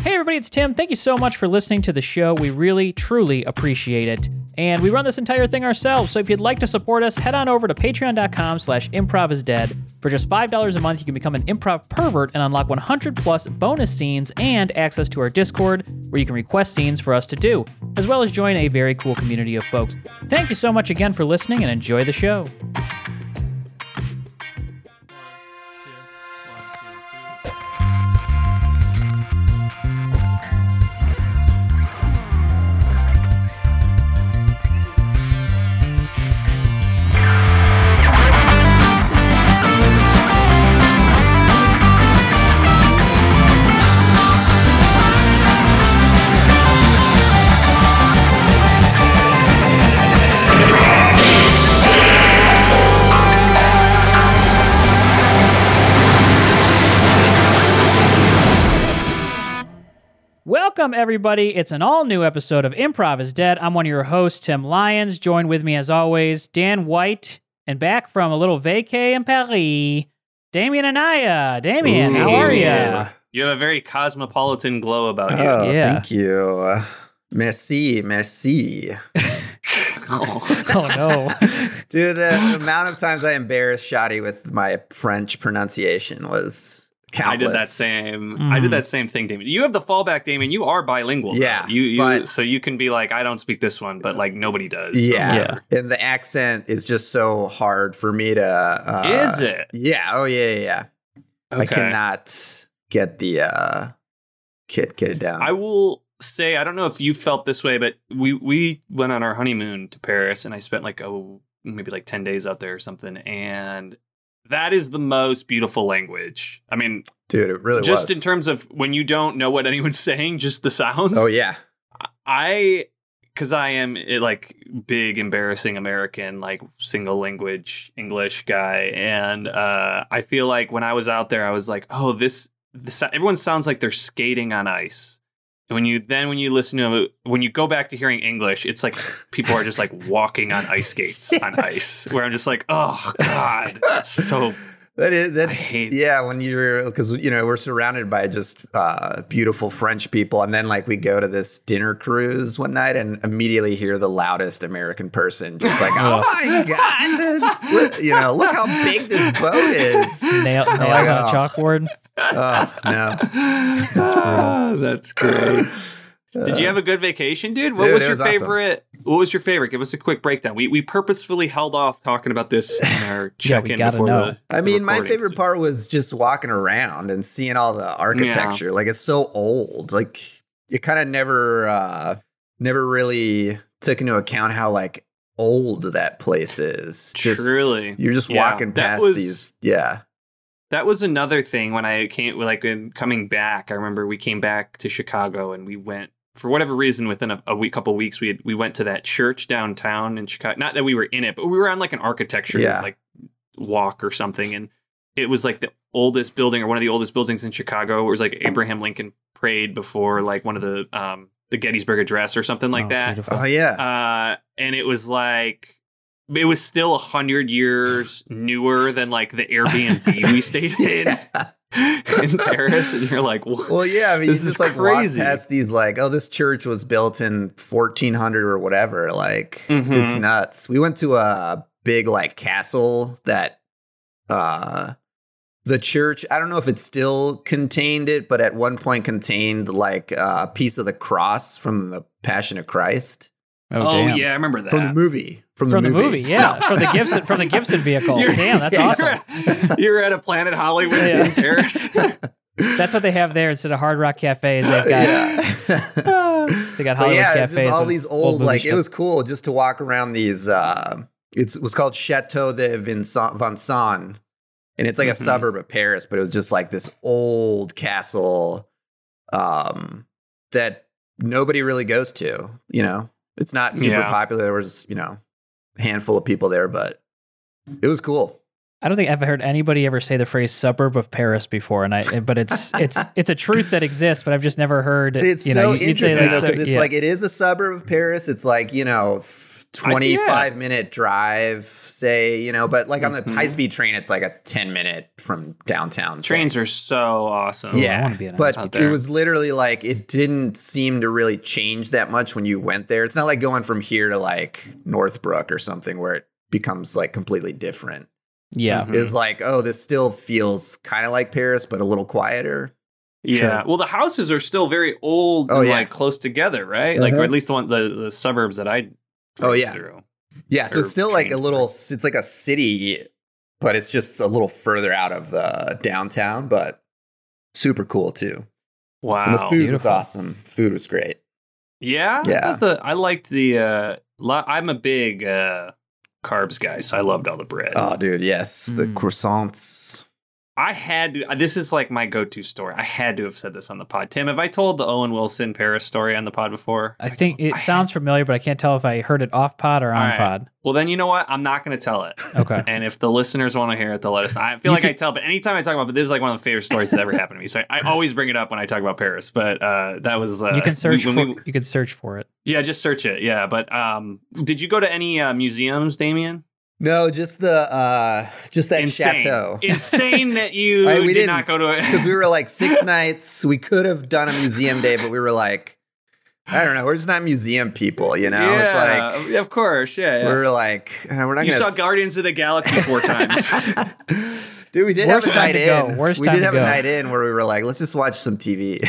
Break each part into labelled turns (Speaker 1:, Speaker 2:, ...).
Speaker 1: Hey, everybody, it's Tim. Thank you so much for listening to the show. We really, truly appreciate it. And we run this entire thing ourselves, so if you'd like to support us, head on over to patreon.com slash improv is dead. For just $5 a month, you can become an improv pervert and unlock 100 plus bonus scenes and access to our Discord, where you can request scenes for us to do, as well as join a very cool community of folks. Thank you so much again for listening and enjoy the show. Welcome, everybody. It's an all new episode of Improv is Dead. I'm one of your hosts, Tim Lyons. Joined with me, as always, Dan White. And back from a little vacay in Paris, Damien Anaya. Damien, how are you?
Speaker 2: Yeah. You have a very cosmopolitan glow about you.
Speaker 3: Oh,
Speaker 1: Yeah.
Speaker 3: thank you. Merci, merci.
Speaker 1: Oh, no.
Speaker 3: Dude, the amount of times I embarrassed Shoddy with my French pronunciation was countless.
Speaker 2: I did that same. I
Speaker 1: Mm.
Speaker 2: did that same thing, Damien. You have the fallback, Damien. You are bilingual.
Speaker 3: Yeah,
Speaker 2: though. You, you
Speaker 3: but-
Speaker 2: so you can be like, I don't speak this one, but like nobody does.
Speaker 3: Yeah. And the accent is just so hard for me to. Uh,
Speaker 2: Is it?
Speaker 3: Yeah. Oh, yeah, yeah, yeah.
Speaker 2: Okay.
Speaker 3: I cannot get the uh, kid, kid down.
Speaker 2: I will say I don't know if you felt this way, but we we went on our honeymoon to Paris, and I spent like oh maybe like ten days out there or something, and that is the most beautiful language. I mean,
Speaker 3: Dude, it really
Speaker 2: just
Speaker 3: was.
Speaker 2: in terms of when you don't know what anyone's saying, just the sounds.
Speaker 3: Oh, yeah.
Speaker 2: I because I am eh, like big embarrassing American, like single language English guy, and uh, I feel like when I was out there, I was like, oh, this, this everyone sounds like they're skating on ice. And when you then when you listen to when you go back to hearing English, it's like people are just like walking on ice skates on ice. Where I'm just like, oh god, that's so
Speaker 3: That is that.
Speaker 2: I hate-
Speaker 3: Yeah, when you're because you know we're surrounded by just uh, beautiful French people, and then like we go to this dinner cruise one night and immediately hear the loudest American person just like, "Oh my god, this- look- you know, look how big this boat is."
Speaker 1: Nail, nails on a chalkboard.
Speaker 3: Oh no,
Speaker 2: Ah, that's great. Did you have a good vacation, dude? What
Speaker 3: Dude,
Speaker 2: was
Speaker 3: it
Speaker 2: your
Speaker 3: was awesome.
Speaker 2: favorite? What was your favorite? Give us a quick breakdown. We we purposefully held off talking about this in our check in
Speaker 1: gotta
Speaker 2: before
Speaker 1: know.
Speaker 2: the.
Speaker 3: I
Speaker 2: the
Speaker 3: mean, my
Speaker 2: recording.
Speaker 3: favorite part was just walking around and seeing all the architecture. Like it's so old. Like you kind of never, uh, never really took into account how like old that place is. Just,
Speaker 2: Truly.
Speaker 3: you're just
Speaker 2: Yeah.
Speaker 3: walking
Speaker 2: That
Speaker 3: past
Speaker 2: was-
Speaker 3: these. Yeah,
Speaker 2: That was another thing when I came, like when coming back. I remember we came back to Chicago and we went for whatever reason. Within a, a week, couple weeks, we had, we went to that church downtown in Chicago. Not that we were in it, but we were on like an architecture
Speaker 3: Yeah.
Speaker 2: like walk or something, and it was like the oldest building or one of the oldest buildings in Chicago. Where it was like Abraham Lincoln prayed before like one of the um the Gettysburg Address or something like
Speaker 1: Oh,
Speaker 2: that
Speaker 1: beautiful.
Speaker 3: oh yeah,
Speaker 2: uh, and it was like it was still a hundred years newer than like the Airbnb we stayed in in Paris, and you're like, what?
Speaker 3: Well, yeah, I mean,
Speaker 2: This
Speaker 3: you
Speaker 2: is
Speaker 3: just like walk
Speaker 2: crazy.
Speaker 3: past these like, oh, this church was built in 1400 or whatever. Like,
Speaker 2: Mhm.
Speaker 3: it's nuts. We went to a big like castle that uh the church, I don't know if it still contained it, but at one point contained like a piece of the cross from the Passion of Christ
Speaker 2: oh
Speaker 1: damn.
Speaker 2: yeah, I remember that
Speaker 3: from the movie. From the
Speaker 1: From the
Speaker 3: movie.
Speaker 1: movie, yeah. From the Gibson from the Gibson vehicle.
Speaker 2: You're-
Speaker 1: Damn, that's
Speaker 2: you're
Speaker 1: awesome.
Speaker 2: at- You're at a Planet Hollywood
Speaker 1: Yeah.
Speaker 2: in Paris.
Speaker 1: That's what they have there instead of Hard Rock Cafe is they've got
Speaker 3: Uh, yeah.
Speaker 1: they got
Speaker 3: But
Speaker 1: Hollywood
Speaker 3: yeah, it's
Speaker 1: cafes.
Speaker 3: just all
Speaker 1: with
Speaker 3: these old,
Speaker 1: movie
Speaker 3: like
Speaker 1: stuff.
Speaker 3: it was cool just to walk around these. Uh, it's, it was called Chateau de Vincent, Vincennes, and it's like
Speaker 1: Mm-hmm.
Speaker 2: Mhm.
Speaker 3: a suburb of Paris, but it was just like this old castle um, that nobody really goes to. You know, it's not super
Speaker 2: Yeah.
Speaker 3: popular. There was you know a handful of people there, but it was cool.
Speaker 1: I don't think I've heard anybody ever say the phrase "suburb of Paris" before, and I. But it's it's it's a truth that exists, but I've just never heard.
Speaker 3: It's
Speaker 1: you
Speaker 3: so
Speaker 1: know, you- you'd say
Speaker 3: interesting
Speaker 1: like,
Speaker 3: though,
Speaker 1: so-
Speaker 3: because it's
Speaker 1: yeah.
Speaker 3: like it is a suburb of Paris. It's like you know, f- 25 minute drive, say, you know, but like on the high speed train, it's like a 10 minute from downtown. thing.
Speaker 2: Trains are so awesome.
Speaker 1: Oh, I
Speaker 3: Yeah,
Speaker 1: wanna be in a
Speaker 2: high-speed
Speaker 3: but
Speaker 2: train.
Speaker 3: it was literally like it didn't seem to really change that much when you went there. It's not like going from here to like Northbrook or something where it becomes like completely different.
Speaker 1: Yeah.
Speaker 2: Mhm.
Speaker 3: It's like, oh, this still feels kind of like Paris, but a little quieter.
Speaker 2: Yeah.
Speaker 1: Sure.
Speaker 2: Well, the houses are still very old
Speaker 3: Oh,
Speaker 2: and
Speaker 3: yeah.
Speaker 2: like close together, right? Like,
Speaker 3: Mhm.
Speaker 2: or at least the one the, the suburbs that I.
Speaker 3: Oh,
Speaker 2: drove
Speaker 3: yeah.
Speaker 2: Through.
Speaker 3: Yeah, so
Speaker 2: Or
Speaker 3: it's still like a
Speaker 2: train.
Speaker 3: little, it's like a city, but it's just a little further out of the downtown, but super cool too.
Speaker 2: Wow.
Speaker 3: And the food was
Speaker 1: Beautiful.
Speaker 3: awesome. Food was great.
Speaker 2: Yeah. I
Speaker 3: Yeah.
Speaker 2: thought the I liked the. uh lo- I'm a big uh carbs guy, so I loved all the bread.
Speaker 3: Oh, dude, yes. The
Speaker 1: Mm.
Speaker 2: Hmm.
Speaker 3: croissants.
Speaker 2: I had to, this is like my go-to story. I had to have said this on the pod. Tim, have I told the Owen Wilson Paris story on the pod before?
Speaker 1: I think
Speaker 2: told-
Speaker 1: it
Speaker 2: I had-
Speaker 1: sounds familiar, but I can't tell if I heard it off pod or on
Speaker 2: All right.
Speaker 1: pod.
Speaker 2: Well, then you know what? I'm not going to tell it.
Speaker 1: Okay.
Speaker 2: And if the listeners want to hear it, they'll let us. I feel
Speaker 1: You
Speaker 2: like I
Speaker 1: could-
Speaker 2: tell, but anytime I talk about, but this is like one of the favorite stories that ever happened to me. So I, I always bring it up when I talk about Paris. But uh, that was uh,
Speaker 1: you can search
Speaker 2: when
Speaker 1: for
Speaker 2: we-
Speaker 1: you can search for it.
Speaker 2: yeah, just search it. Yeah, but um, did you go to any uh, museums, Damien?
Speaker 3: No, just the uh just that
Speaker 2: Insane.
Speaker 3: chateau.
Speaker 2: Insane that you
Speaker 3: I- we
Speaker 2: did not
Speaker 3: didn't,
Speaker 2: go to
Speaker 3: Because
Speaker 2: it.
Speaker 3: we were like six nights. We could have done a museum day, but we were like, I don't know, we're just not museum people, you know?
Speaker 2: yeah,
Speaker 3: It's like
Speaker 2: of course, yeah. yeah.
Speaker 3: we were like, uh, we're not
Speaker 2: You
Speaker 3: gonna
Speaker 2: saw
Speaker 3: s-
Speaker 2: Guardians of the Galaxy four times.
Speaker 3: Dude, we did
Speaker 1: Worst
Speaker 3: have a
Speaker 1: time
Speaker 3: night
Speaker 1: to go.
Speaker 3: in.
Speaker 1: Worst
Speaker 3: we
Speaker 1: time
Speaker 3: did
Speaker 1: to
Speaker 3: have
Speaker 1: go.
Speaker 3: a night in where we were like, let's just watch some TV.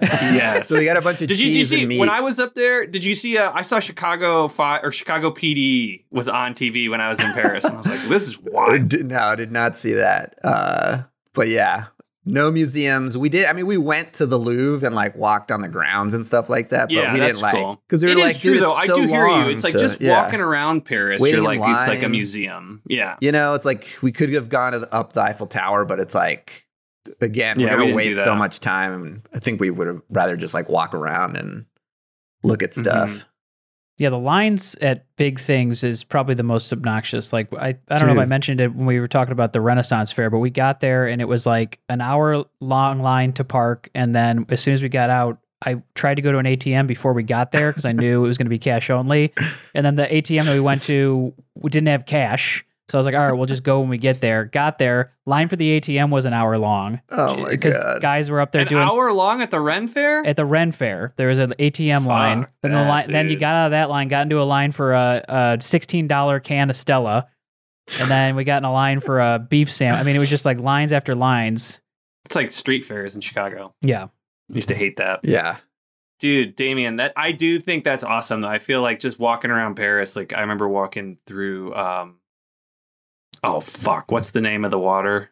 Speaker 2: yes.
Speaker 3: so we got a bunch of
Speaker 2: did you, did you
Speaker 3: cheese
Speaker 2: see
Speaker 3: and meat.
Speaker 2: when I was up there? Did you see? Uh, I saw Chicago Five or Chicago PD was on TV when I was in Paris, and I was like, "This is
Speaker 3: I
Speaker 2: wild."
Speaker 3: did, no, I did not see that. Uh, but yeah, no museums. We did. I mean, we went to the Louvre and like walked on the grounds and stuff like that. But
Speaker 2: Yeah,
Speaker 3: we
Speaker 2: that's
Speaker 3: didn't like
Speaker 2: cool.
Speaker 3: because we
Speaker 2: It
Speaker 3: were
Speaker 2: is
Speaker 3: like,
Speaker 2: true
Speaker 3: dude,
Speaker 2: though.
Speaker 3: it's
Speaker 2: I
Speaker 3: so
Speaker 2: do hear
Speaker 3: long
Speaker 2: you. It's like
Speaker 3: to-
Speaker 2: just
Speaker 3: yeah.
Speaker 2: walking around Paris.
Speaker 3: Waiting
Speaker 2: you're
Speaker 3: in
Speaker 2: like it's like a
Speaker 3: line.
Speaker 2: museum. Yeah.
Speaker 3: You know, it's like we could have gone to the, up the Eiffel Tower, but it's like again,
Speaker 2: Yeah, we
Speaker 3: we're gonna
Speaker 2: didn't do
Speaker 3: waste so
Speaker 2: that.
Speaker 3: much time. And I think we would have rather just like walk around and look at stuff.
Speaker 2: Mhm.
Speaker 1: Yeah, the lines at big things is probably the most obnoxious. Like I, I don't know if I
Speaker 3: Dude.
Speaker 1: mentioned it when we were talking about the Renaissance Fair, but we got there and it was like an hour long line to park, and then as soon as we got out, I tried to go to an ATM before we got there because I knew it was going to be cash only, and then the ATM that we went to we didn't have cash. So I was like, all right, we'll just go when we get there. Got there, line for the ATM was an hour long
Speaker 3: Oh my
Speaker 1: because
Speaker 3: god!
Speaker 1: guys were up there
Speaker 2: An
Speaker 1: doing
Speaker 2: hour long at the Ren Fair.
Speaker 1: at the Ren Fair. There was an ATM line.
Speaker 2: Fuck
Speaker 1: Then the
Speaker 2: that,
Speaker 1: line, then you
Speaker 2: dude.
Speaker 1: got out of that line, got into a line for a, a sixteen dollar can of Stella, and then we got in a line for a beef sandwich. I mean, it was just like lines after lines.
Speaker 2: it's like street fairs in Chicago.
Speaker 1: Yeah,
Speaker 2: I used to hate that.
Speaker 3: yeah,
Speaker 2: Dude, Damien, that I do think that's awesome though. I feel like just walking around Paris, like I remember walking through um Oh fuck, what's the name of the water?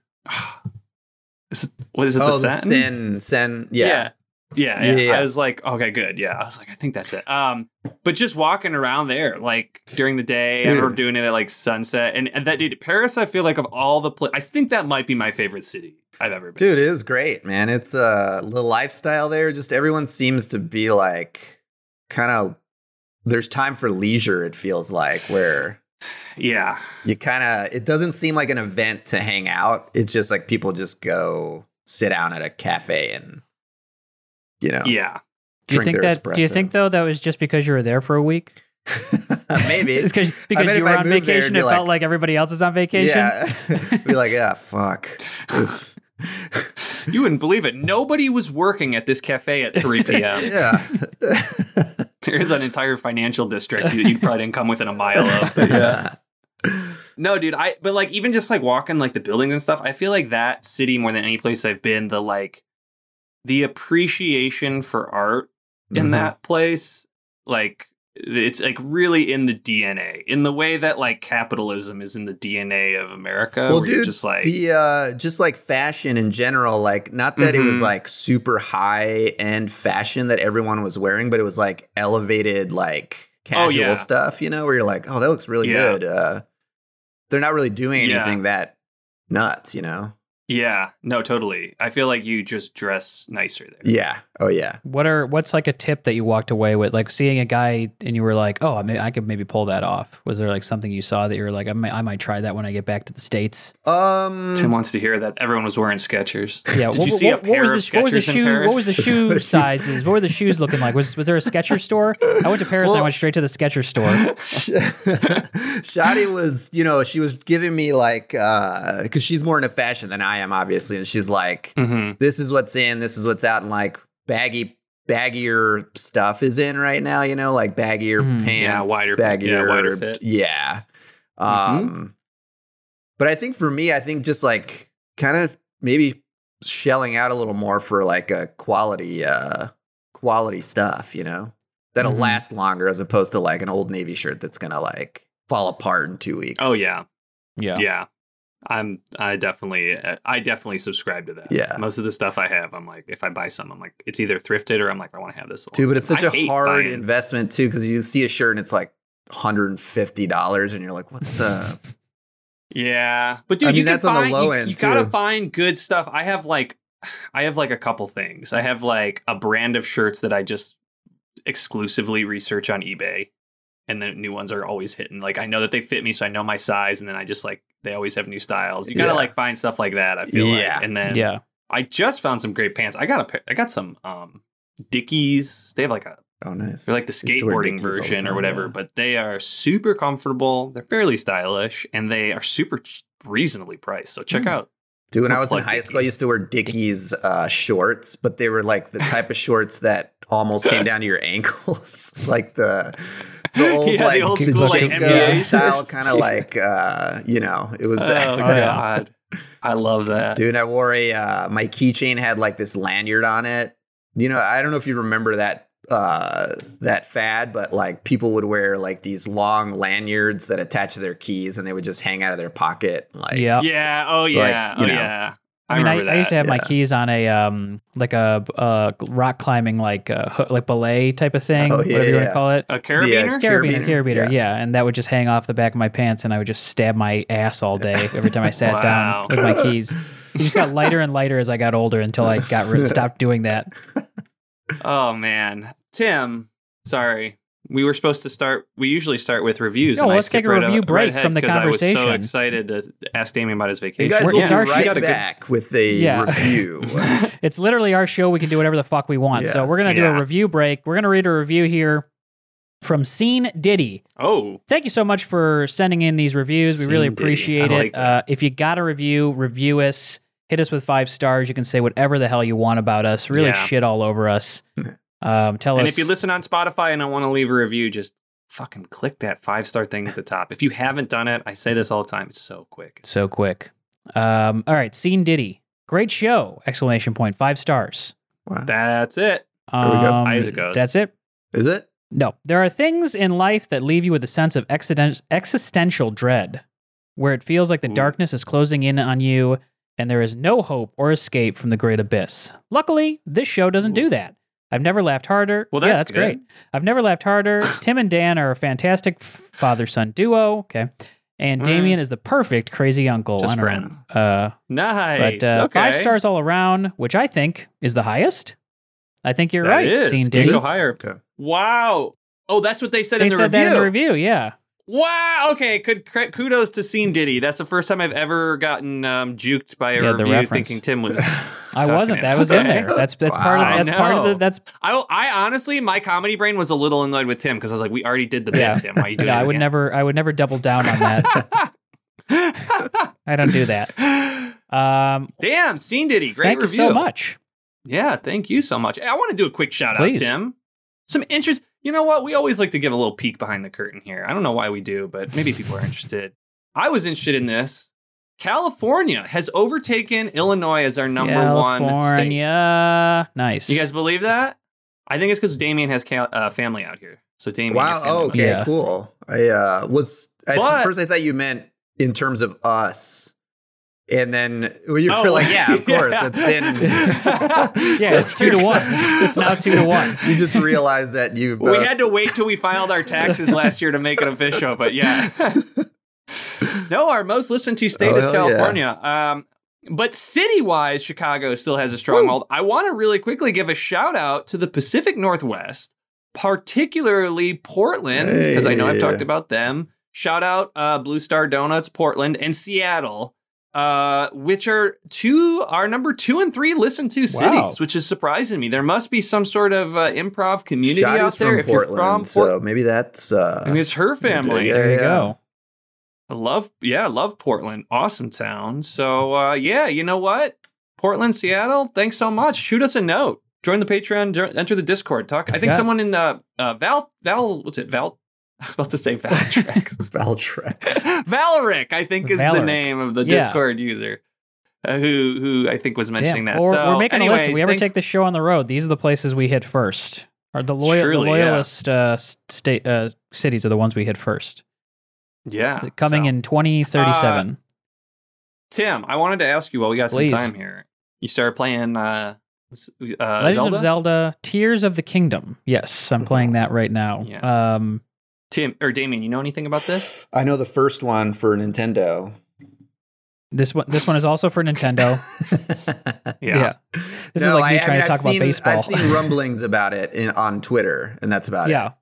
Speaker 2: Is it what is it
Speaker 3: oh,
Speaker 2: the,
Speaker 3: the
Speaker 2: Seine?
Speaker 3: sin, sin, yeah.
Speaker 2: Yeah, yeah,
Speaker 3: Yeah.
Speaker 2: I was like, okay, good. Yeah. I was like, I think that's it. Um, but just walking around there, like during the day, I remember
Speaker 3: Dude.
Speaker 2: doing it at like sunset. And, and that dude, Paris, I feel like of all the pla I think that might be my favorite city I've ever been.
Speaker 3: Dude, it is great, man. It's uh the lifestyle there. Just everyone seems to be like kind of there's time for leisure, it feels like, where
Speaker 2: to. Yeah.
Speaker 3: you kind of it doesn't seem like an event to hang out. It's just like people just go sit down at a cafe and you know,
Speaker 2: Yeah.
Speaker 1: do you
Speaker 3: drink
Speaker 1: think
Speaker 3: their
Speaker 1: that?
Speaker 3: espresso.
Speaker 1: Do you think though that was just because you were there for a week?
Speaker 3: Maybe.
Speaker 1: it's cause, because
Speaker 3: bet
Speaker 1: you
Speaker 3: if
Speaker 1: were
Speaker 3: I
Speaker 1: on
Speaker 3: moved there,
Speaker 1: vacation. It
Speaker 3: it'd be
Speaker 1: felt
Speaker 3: like-
Speaker 1: like everybody else was on vacation.
Speaker 3: Yeah. be like, yeah, fuck. This-
Speaker 2: You wouldn't believe it. Nobody was working at this cafe at 3 p.m.
Speaker 3: yeah.
Speaker 2: There's an entire financial district that you probably didn't come within a mile of.
Speaker 3: yeah.
Speaker 2: No, dude, I but like even just like walking like the buildings and stuff, I feel like that city more than any place I've been, the like the appreciation for art in
Speaker 3: Mhm.
Speaker 2: that place, like it's like really in the DNA, in the way that like capitalism is in the DNA of America.
Speaker 3: Well,
Speaker 2: where you're
Speaker 3: dude,
Speaker 2: just like
Speaker 3: the uh just like fashion in general like not that it was
Speaker 2: Mhm.
Speaker 3: like super high end fashion that everyone was wearing but it was like elevated like
Speaker 2: Oh,
Speaker 3: casual
Speaker 2: yeah.
Speaker 3: stuff you know where you're like oh that looks really
Speaker 2: Yeah.
Speaker 3: good uh they're not really doing
Speaker 2: Yeah.
Speaker 3: anything that nuts you know
Speaker 2: Yeah, no, totally. I feel like you just dress nicer there.
Speaker 3: Yeah. Oh yeah.
Speaker 1: What are what's like a tip that you walked away with, like seeing a guy and you were like, oh, I may, I could maybe pull that off. Was there like something you saw that you were like, I might, I might try that when I get back to the states?
Speaker 3: Um.
Speaker 2: Tim wants to hear that everyone was wearing Skechers.
Speaker 1: Yeah.
Speaker 2: Did
Speaker 1: what,
Speaker 2: you see
Speaker 1: what-
Speaker 2: a
Speaker 1: what
Speaker 2: pair
Speaker 1: was
Speaker 2: of
Speaker 1: the, what was the
Speaker 2: Skechers in
Speaker 1: shoe? What was the
Speaker 2: Paris?
Speaker 1: shoe sizes? What were the shoes looking like? Was was there a Skechers store? I went to Paris and I
Speaker 3: Well-
Speaker 1: went straight to the Skechers store.
Speaker 3: Shadi was, you know, she was giving me like, uh, cause she's more into fashion than I am, obviously. And she's like,
Speaker 2: Mm-hmm.
Speaker 3: this is what's in, this is what's out, and like baggy, baggier stuff is in right now. You know, like baggier
Speaker 1: Mm.
Speaker 3: pants,
Speaker 2: Yeah, wider- yeah,
Speaker 3: baggier,
Speaker 2: wider fit.
Speaker 3: yeah. Um, but I think for me, I think just like kind of maybe shelling out a little more for like a quality, uh, quality stuff. You know, that'll
Speaker 1: Mhm.
Speaker 3: last longer as opposed to like an old navy shirt that's gonna like fall apart in two weeks.
Speaker 2: Oh yeah,
Speaker 1: Yeah.
Speaker 2: yeah. I'm. I definitely. I definitely subscribe to that.
Speaker 3: Yeah.
Speaker 2: Most of the stuff I have, I'm like, if I buy some, I'm like, it's either thrifted or I'm like, I want to have this.
Speaker 3: Dude, but it's such
Speaker 2: a
Speaker 3: a hard investment too, because you see a shirt and it's like $150 and you're like, what the?
Speaker 2: Yeah, but dude,
Speaker 3: I mean,
Speaker 2: you can
Speaker 3: that's on the
Speaker 2: find-
Speaker 3: low
Speaker 2: you-
Speaker 3: end,
Speaker 2: You gotta
Speaker 3: too.
Speaker 2: find good stuff. I have like, I have like a couple things. I have like a brand of shirts that I just exclusively research on eBay, and the new ones are always hitting. Like I know that they fit me, so I know my size, and then I just like they always have new styles. You gotta
Speaker 3: Yeah.
Speaker 2: like find stuff like that. I feel
Speaker 3: Yeah.
Speaker 2: like, and then
Speaker 1: Yeah.
Speaker 2: I just found some great pants. I got a pair, I got some um Dickies. They have like a
Speaker 3: Oh, nice.
Speaker 2: they're like the
Speaker 3: Used to wear
Speaker 2: skateboarding
Speaker 3: Dickies all the
Speaker 2: version or
Speaker 3: time,
Speaker 2: whatever,
Speaker 3: yeah.
Speaker 2: but they are super comfortable. They're fairly stylish and they are super ch- reasonably priced. So check
Speaker 1: Hmm.
Speaker 2: out.
Speaker 3: Dude, when I
Speaker 2: look
Speaker 3: was in
Speaker 2: like
Speaker 3: high school, I
Speaker 2: Dickies.
Speaker 3: used to wear Dickies uh, shorts, but they were like the type of shorts that almost came down to your ankles, like the the old
Speaker 2: Yeah, the
Speaker 3: like
Speaker 2: old
Speaker 3: Kujanka
Speaker 2: school,
Speaker 1: like, NBA
Speaker 3: style,
Speaker 2: shirts.
Speaker 3: kind of like uh, you know, it was
Speaker 2: Oh
Speaker 3: that.
Speaker 2: god, I love that.
Speaker 3: Dude, I wore a uh, my keychain had like this lanyard on it. You know, I don't know if you remember that uh that fad, but like people would wear like these long lanyards that attach to their keys and they would just hang out of their pocket. uh, Like
Speaker 1: Yeah.
Speaker 2: Yeah. Oh yeah.
Speaker 3: you
Speaker 2: oh
Speaker 3: know.
Speaker 2: yeah. I,
Speaker 1: I mean,
Speaker 2: remember
Speaker 1: I, I used to
Speaker 2: that.
Speaker 1: have my
Speaker 3: yeah.
Speaker 1: keys on a um like a uh rock climbing like uh, ho- like ballet type of thing,
Speaker 3: Oh,
Speaker 1: whatever you
Speaker 3: yeah,
Speaker 1: want to
Speaker 3: yeah.
Speaker 1: call it.
Speaker 2: a carabiner.
Speaker 3: Yeah.
Speaker 1: Carabiner, carabiner,
Speaker 3: Carabiner,
Speaker 1: yeah. and that would just hang off the back of my pants, and I would just stab my ass all day every time I sat down
Speaker 2: Wow.
Speaker 1: with my keys. It just got lighter and lighter as I got older until I got rid- stopped doing that.
Speaker 2: Oh man, Tim. Sorry. We were supposed to start. We usually start with reviews.
Speaker 1: No,
Speaker 2: and I
Speaker 1: let's take
Speaker 2: skipped
Speaker 1: a
Speaker 2: right
Speaker 1: review
Speaker 2: right
Speaker 1: break
Speaker 2: ahead
Speaker 1: from the
Speaker 2: 'cause I was
Speaker 1: conversation.
Speaker 2: so excited to ask Damien about his vacation.
Speaker 3: You guys will
Speaker 1: it's
Speaker 3: be
Speaker 1: our-
Speaker 2: she
Speaker 3: right
Speaker 2: got a good-
Speaker 3: back with a
Speaker 1: Yeah.
Speaker 3: review.
Speaker 1: It's literally our show; we can do whatever the fuck we want. So
Speaker 3: Yeah.
Speaker 1: we're gonna do a
Speaker 2: Yeah.
Speaker 1: review break. We're gonna read a review here from Scene Diddy.
Speaker 2: Oh,
Speaker 1: thank you so much for sending in these reviews. We really
Speaker 2: Indeed.
Speaker 1: appreciate
Speaker 2: I
Speaker 1: it.
Speaker 2: like that.
Speaker 1: uh, if you got a review, review us. Hit us with five stars. You can say whatever the hell you want about us. Really
Speaker 2: Yeah.
Speaker 1: shit all over us. Um, tell
Speaker 2: and
Speaker 1: us.
Speaker 2: if you listen on Spotify and I want to leave a review, just fucking click that five star thing at the top. If you haven't done it, I say this all the time. It's so quick.
Speaker 1: so quick. Um, all right, scene Diddy. Great show! Exclamation point. Five stars.
Speaker 3: Wow.
Speaker 2: That's it.
Speaker 1: Um,
Speaker 3: we go.
Speaker 2: Isaac goes.
Speaker 1: That's it.
Speaker 3: Is it?
Speaker 1: No, there are things in life that leave you with a sense of existen- existential dread, where it feels like the
Speaker 2: Ooh.
Speaker 1: darkness is closing in on you and there is no hope or escape from the great abyss. Luckily, this show doesn't do that. I've never laughed harder.
Speaker 2: Well,
Speaker 1: yeah,
Speaker 2: that's
Speaker 1: that's
Speaker 2: good.
Speaker 1: great. I've never laughed harder. Tim and Dan are a fantastic father son duo. Okay. And
Speaker 2: Mm.
Speaker 1: Damien is the perfect crazy uncle.
Speaker 2: Just
Speaker 1: I don't know.
Speaker 2: friends.
Speaker 1: Uh,
Speaker 2: Nice.
Speaker 1: but uh,
Speaker 2: okay.
Speaker 1: five stars all around, which I think is the highest. I think you're
Speaker 2: That
Speaker 1: right.
Speaker 2: is.
Speaker 1: Scene
Speaker 2: You
Speaker 1: Diddy.
Speaker 2: go higher.
Speaker 3: Okay.
Speaker 2: Wow. Oh, that's what they said,
Speaker 1: They
Speaker 2: in, the
Speaker 1: said that in the
Speaker 2: review.
Speaker 1: review. Yeah.
Speaker 2: Wow. Okay. Good. cr- Kudos to Scene Diddy. That's the first time I've ever gotten um, juked by a
Speaker 1: Yeah, the
Speaker 2: review
Speaker 1: reference.
Speaker 2: thinking Tim was.
Speaker 1: I
Speaker 2: tucking
Speaker 1: wasn't.
Speaker 2: it.
Speaker 1: That was in
Speaker 2: Okay.
Speaker 1: there. That's that's part of
Speaker 3: Wow.
Speaker 1: that's part of the
Speaker 2: No.
Speaker 1: that's
Speaker 2: I, I honestly, my comedy brain was a little annoyed with Tim because I was like, we already did the bit,
Speaker 1: Yeah.
Speaker 2: Tim. Why are you doing
Speaker 1: yeah.
Speaker 2: it
Speaker 1: I would
Speaker 2: again?
Speaker 1: never I would never double down on that. I don't do that. Um,
Speaker 2: Damn, Scene Diddy, great
Speaker 1: thank
Speaker 2: review.
Speaker 1: you so much.
Speaker 2: Yeah, thank you so much. I want to do a quick shout
Speaker 1: Please.
Speaker 2: out, Tim. Some interest. You know what? We always like to give a little peek behind the curtain here. I don't know why we do, but maybe people are interested. I was interested in this. California has overtaken Illinois as our number one state.
Speaker 1: California, nice.
Speaker 2: You guys believe that? I think it's because Damien has cal- uh, family out here. So Damien. your
Speaker 3: Wow.
Speaker 2: family
Speaker 3: Oh,
Speaker 2: must
Speaker 3: okay.
Speaker 2: be
Speaker 1: Yeah.
Speaker 3: Cool. I uh, was I,
Speaker 2: But-
Speaker 3: at first I thought you meant in terms of us, and then well, you
Speaker 2: Oh,
Speaker 3: were like, "Yeah, of course."
Speaker 2: yeah.
Speaker 3: It's been
Speaker 1: Yeah, it's two to one. It's now two to one.
Speaker 3: You just realized that you
Speaker 2: We
Speaker 3: both.
Speaker 2: had to wait till we filed our taxes last year to make it official, but yeah. no, our most listened to state
Speaker 3: Oh,
Speaker 2: is
Speaker 3: hell yeah.
Speaker 2: California. Um, But city wise, Chicago still has a stronghold. I want to really quickly give a shout out to the Pacific Northwest, particularly Portland, because I know I've
Speaker 3: Hey.
Speaker 2: talked about them. Shout out uh, Blue Star Donuts, Portland, and Seattle, uh, which are two are number two and three listened to cities,
Speaker 1: Wow.
Speaker 2: which is surprising me. There must be some sort of uh, improv community
Speaker 3: Shotty's
Speaker 2: out there.
Speaker 3: from
Speaker 2: if
Speaker 3: Portland,
Speaker 2: you're from Portland,
Speaker 3: so maybe that's uh,
Speaker 2: and it's her family.
Speaker 3: Yeah,
Speaker 1: There you
Speaker 3: yeah.
Speaker 1: go.
Speaker 2: I love, yeah, I love Portland. Awesome town. So, uh, yeah, you know what? Portland, Seattle, thanks so much. Shoot us a note. Join the Patreon, jo- enter the Discord. Talk. I think
Speaker 1: Yeah.
Speaker 2: someone in uh, uh, Val, Val, what's it, Val? I was about to say Valtrex.
Speaker 3: Valtrex.
Speaker 2: Valric, I think, is the
Speaker 1: Valric.
Speaker 2: name of the
Speaker 1: Yeah.
Speaker 2: Discord user uh, who who I think was mentioning
Speaker 1: Damn.
Speaker 2: that.
Speaker 1: Or
Speaker 2: so,
Speaker 1: we're making a list. If
Speaker 2: anyways,
Speaker 1: we ever
Speaker 2: thanks-
Speaker 1: take this show on the road, these are the places we hit first. Are the, loyal,
Speaker 2: Surely,
Speaker 1: the
Speaker 2: yeah.
Speaker 1: loyalist uh, state uh, cities are the ones we hit first.
Speaker 2: Yeah.
Speaker 1: Coming
Speaker 2: so.
Speaker 1: in 2037.
Speaker 2: Tim, I wanted to ask you while we got
Speaker 1: Please.
Speaker 2: some time here. You started playing uh, s- uh,
Speaker 1: Legend
Speaker 2: Zelda?
Speaker 1: of Zelda: Tears of the Kingdom. Yes, I'm playing that right now.
Speaker 2: Yeah.
Speaker 1: Um,
Speaker 2: Tim or Damien, you know anything about this?
Speaker 3: I know the first one for Nintendo.
Speaker 1: this one, this one is also for Nintendo. This is like me trying to talk about
Speaker 3: I've seen,
Speaker 1: baseball.
Speaker 3: I've seen rumblings about it in, on Twitter, and that's about it.
Speaker 1: yeah.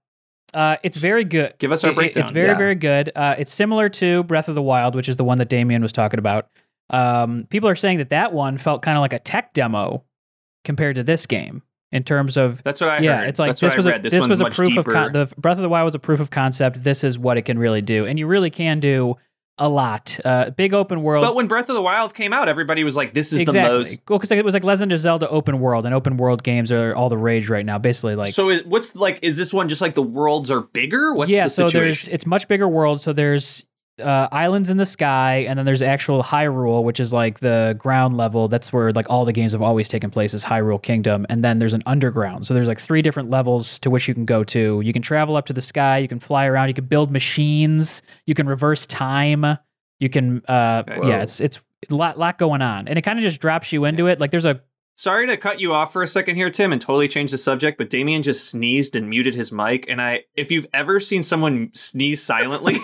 Speaker 1: Uh, it's very good.
Speaker 2: Give us our
Speaker 1: It- it-
Speaker 2: breakdown.
Speaker 1: It's very,
Speaker 3: Yeah.
Speaker 1: very good. Uh, it's similar to Breath of the Wild, which is the one that Damien was talking about. Um, people are saying that that one felt kind of like a tech demo compared to this game in terms of.
Speaker 2: That's what I
Speaker 1: yeah,
Speaker 2: heard.
Speaker 1: it's like
Speaker 2: That's
Speaker 1: this
Speaker 2: what
Speaker 1: was
Speaker 2: I
Speaker 1: a,
Speaker 2: read.
Speaker 1: this,
Speaker 2: this, one's
Speaker 1: was a
Speaker 2: much
Speaker 1: proof of
Speaker 2: deeper.
Speaker 1: con- the Breath of the Wild was a proof of concept. This is what it can really do, and you really can do a lot. Uh, big open world.
Speaker 2: but when Breath of the Wild came out, everybody was like, "This is
Speaker 1: exactly.
Speaker 2: the most."
Speaker 1: Well, because it was like Legend of Zelda open world, and open world games are all the rage right now. Basically, like
Speaker 2: so it, what's like? Is this one just like the worlds are bigger? What's
Speaker 1: yeah,
Speaker 2: the
Speaker 1: so there's
Speaker 2: situation?
Speaker 1: it's much bigger world. So there's uh, islands in the sky, and then there's actual Hyrule, which is like the ground level. That's where like all the games have always taken place is Hyrule Kingdom, and then there's an underground. So there's like three different levels to which you can go to. You can travel up to the sky. You can fly around. You can build machines. You can reverse time. You can uh,
Speaker 2: Okay.
Speaker 3: Whoa.
Speaker 1: yeah, it's it's a lot lot going on, and it kind of just drops you into it. Like there's a
Speaker 2: Sorry to cut you off for a second here, Tim, and totally change the subject. But Damien just sneezed and muted his mic, and I—if you've ever seen someone sneeze silently,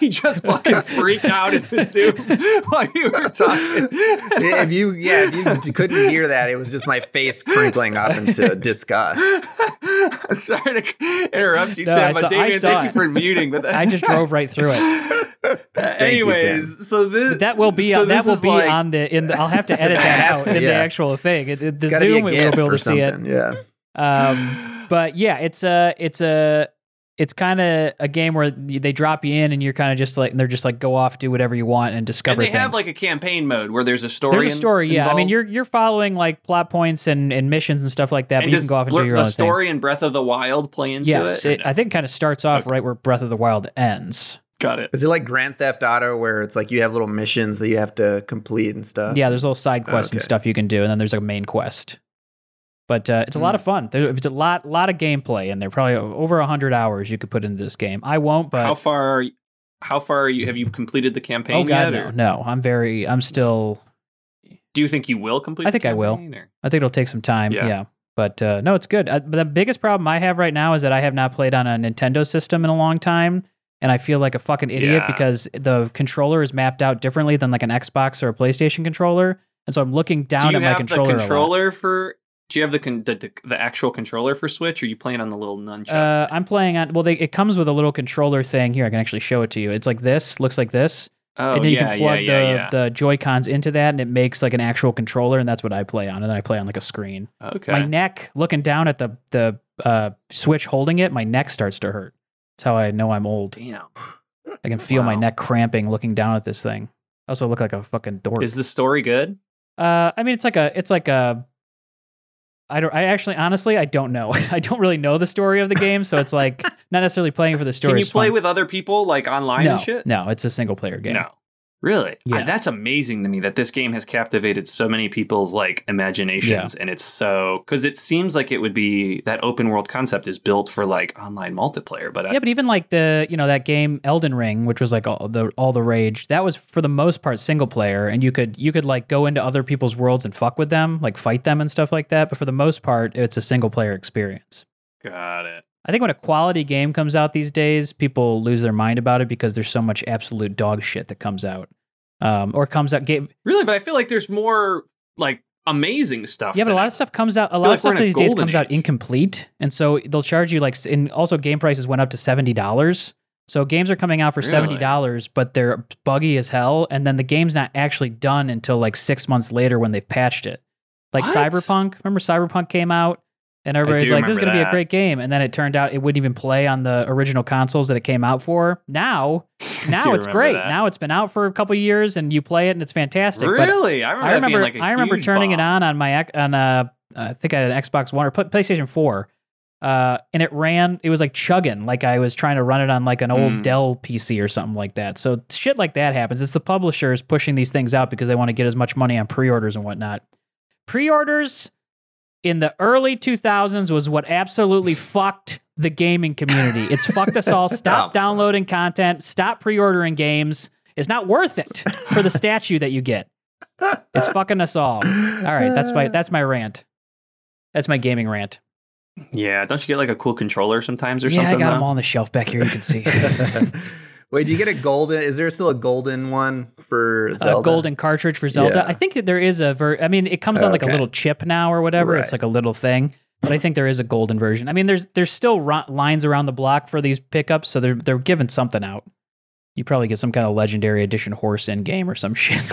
Speaker 2: he just fucking freaked out in the Zoom while you were talking.
Speaker 3: if you yeah, if you couldn't hear that, it was just my face crinkling up into disgust.
Speaker 2: Sorry to interrupt you,
Speaker 1: No, I
Speaker 2: Tim,
Speaker 1: saw- I
Speaker 2: but Damien,
Speaker 1: saw
Speaker 2: thank you
Speaker 1: it.
Speaker 2: for muting. But
Speaker 1: I just drove right through it.
Speaker 3: you,
Speaker 2: Anyways,
Speaker 3: Tim.
Speaker 2: so this
Speaker 1: But that will be
Speaker 2: so
Speaker 1: that
Speaker 2: this
Speaker 1: will
Speaker 2: is
Speaker 1: be
Speaker 2: like-
Speaker 1: on the in the, I'll have to edit that
Speaker 3: Has
Speaker 1: out
Speaker 3: to,
Speaker 1: in the
Speaker 3: yeah.
Speaker 1: actual thing. It, it, the
Speaker 3: It's got to
Speaker 1: Zoom
Speaker 3: be
Speaker 1: we
Speaker 3: a
Speaker 1: will be
Speaker 3: gift
Speaker 1: able
Speaker 3: or
Speaker 1: to see it.
Speaker 3: something. Yeah.
Speaker 1: Um, but yeah, it's a it's a it's kind of a game where they drop you in and you're kind of just like and they're just like go off, do whatever you want, and
Speaker 2: and
Speaker 1: discover
Speaker 2: they
Speaker 1: things.
Speaker 2: have like a campaign mode where there's a story.
Speaker 1: There's a
Speaker 2: in-
Speaker 1: story, yeah. I mean,
Speaker 2: involved.
Speaker 1: you're you're following like plot points and, and missions and stuff like that,
Speaker 2: and
Speaker 1: but you
Speaker 2: does
Speaker 1: can go off and
Speaker 2: Blur-
Speaker 1: do your
Speaker 2: the
Speaker 1: own thing.
Speaker 2: story in Breath of the Wild play into
Speaker 1: Yes,
Speaker 2: it.
Speaker 1: it, I think kind of starts off
Speaker 2: Okay.
Speaker 1: right where Breath of the Wild ends.
Speaker 2: got it.
Speaker 3: Is it like Grand Theft Auto where it's like you have little missions that you have to complete and stuff?
Speaker 1: Yeah, there's little side quests and
Speaker 3: Okay.
Speaker 1: stuff you can do, and then there's a main quest. But uh, it's a lot of fun. There's it's a lot, lot of gameplay in there. Probably over hundred hours you could put into this game. I won't, but
Speaker 2: how far? Are you, how far are you? Have you completed the campaign
Speaker 1: oh god,
Speaker 2: yet?
Speaker 1: no,
Speaker 2: or
Speaker 1: no. I'm very, I'm still.
Speaker 2: Do you think you will complete?
Speaker 1: I
Speaker 2: the
Speaker 1: think I will.
Speaker 2: campaign, or-
Speaker 1: I think it'll take some time. Yeah.
Speaker 2: Yeah.
Speaker 1: But uh, no, it's good. Uh, but the biggest problem I have right now is that I have not played on a Nintendo system in a long time, and I feel like a fucking idiot
Speaker 2: Yeah.
Speaker 1: because the controller is mapped out differently than like an Xbox or a PlayStation controller, and so I'm looking down
Speaker 2: do you
Speaker 1: at my
Speaker 2: have
Speaker 1: controller. a
Speaker 2: the
Speaker 1: lot.
Speaker 2: controller for? Do you have the, con- the, the the actual controller for Switch? Or are you playing on the little nunchuck?
Speaker 1: Uh, I'm playing on. Well, they, it comes with a little controller thing here. I can actually show it to you. It's like this. Looks like this,
Speaker 2: oh
Speaker 1: and then
Speaker 2: yeah,
Speaker 1: you can plug
Speaker 2: yeah, yeah, yeah.
Speaker 1: the the Joy Cons into that, and it makes like an actual controller. And that's what I play on. And then I play on like a screen.
Speaker 2: okay.
Speaker 1: My neck, looking down at the the uh, switch holding it, my neck starts to hurt. That's how I know I'm old.
Speaker 2: Damn.
Speaker 1: I can feel my
Speaker 2: Wow.
Speaker 1: neck cramping looking down at this thing. I also look like a fucking dork.
Speaker 2: Is the story good?
Speaker 1: Uh, I mean, it's like a, it's like a. I don't. I actually, honestly, I don't know. I don't really know the story of the game, so it's like not necessarily playing for the story.
Speaker 2: Can you
Speaker 1: is
Speaker 2: play
Speaker 1: fun.
Speaker 2: with other people like online
Speaker 1: no,
Speaker 2: and shit?
Speaker 1: No, it's a single player game.
Speaker 2: No. Really?
Speaker 1: Yeah.
Speaker 2: I- that's amazing to me that this game has captivated so many people's like imaginations and it's so cuz it seems like it would be that open world concept is built for like online multiplayer, but I-
Speaker 1: Yeah, but even like the you know that game Elden Ring, which was like all the all the rage, that was for the most part single player, and you could you could like go into other people's worlds and fuck with them, like fight them and stuff like that. But for the most part, it's a single player experience.
Speaker 2: got it.
Speaker 1: I think when a quality game comes out these days, people lose their mind about it because there's so much absolute dog shit that comes out. um, or comes out. Gave,
Speaker 2: Really, but I feel like there's more like amazing stuff.
Speaker 1: yeah, but a
Speaker 2: than
Speaker 1: lot
Speaker 2: it.
Speaker 1: of stuff comes out. A
Speaker 2: like
Speaker 1: lot
Speaker 2: we're
Speaker 1: of stuff
Speaker 2: in a
Speaker 1: these days
Speaker 2: golden
Speaker 1: comes out
Speaker 2: age.
Speaker 1: incomplete, and so they'll charge you like. s- And also, game prices went up to seventy dollars. So games are coming out for
Speaker 2: Really?
Speaker 1: seventy dollars, but they're buggy as hell. And then the game's not actually done until like six months later when they've patched it. Like
Speaker 2: What?
Speaker 1: Cyberpunk, remember Cyberpunk came out, and everybody's
Speaker 2: do
Speaker 1: like, "This is going
Speaker 2: remember
Speaker 1: to be a
Speaker 2: that.
Speaker 1: great game," and then it turned out it wouldn't even play on the original consoles that it came out for. Now,
Speaker 2: I do
Speaker 1: now it's
Speaker 2: remember
Speaker 1: great.
Speaker 2: that.
Speaker 1: Now it's been out for a couple years, and you play it, and it's fantastic. But
Speaker 2: really, I remember.
Speaker 1: I
Speaker 2: that being,
Speaker 1: remember
Speaker 2: like, a
Speaker 1: I remember
Speaker 2: huge
Speaker 1: turning it on
Speaker 2: bomb.
Speaker 1: on my ex- on uh I think I had an Xbox One or pl- PlayStation Four, uh, and it ran. It was like chugging, like I was trying to run it on like an old
Speaker 2: Mm.
Speaker 1: Dell PC or something like that. So shit like that happens. It's the publishers pushing these things out because they want to get as much money on pre-orders and whatnot. Pre-orders in the early 2000s was what absolutely fucked the gaming community. It's fucked us all. Stop
Speaker 3: Oh, fuck.
Speaker 1: downloading content. Stop pre-ordering games. It's not worth it for the statue that you get. It's fucking us all. All right, that's my that's my rant. That's my gaming rant.
Speaker 2: Yeah, don't you get like a cool controller sometimes or
Speaker 1: yeah, I
Speaker 2: something?
Speaker 1: got them
Speaker 2: though?
Speaker 1: all on the shelf back here. You can see Uh,
Speaker 3: Wait, do you get a golden? Is there still a golden one for Zelda?
Speaker 1: a golden cartridge for Zelda.
Speaker 3: Yeah.
Speaker 1: I think that there is a ver. I mean, it comes on like a
Speaker 3: Okay.
Speaker 1: little chip now or whatever. It's
Speaker 3: Right.
Speaker 1: like a little thing. But I think there is a golden version. I mean, there's there's still ro- lines around the block for these pickups, so they're they're giving something out. You probably get some kind of legendary edition horse in game or some shit.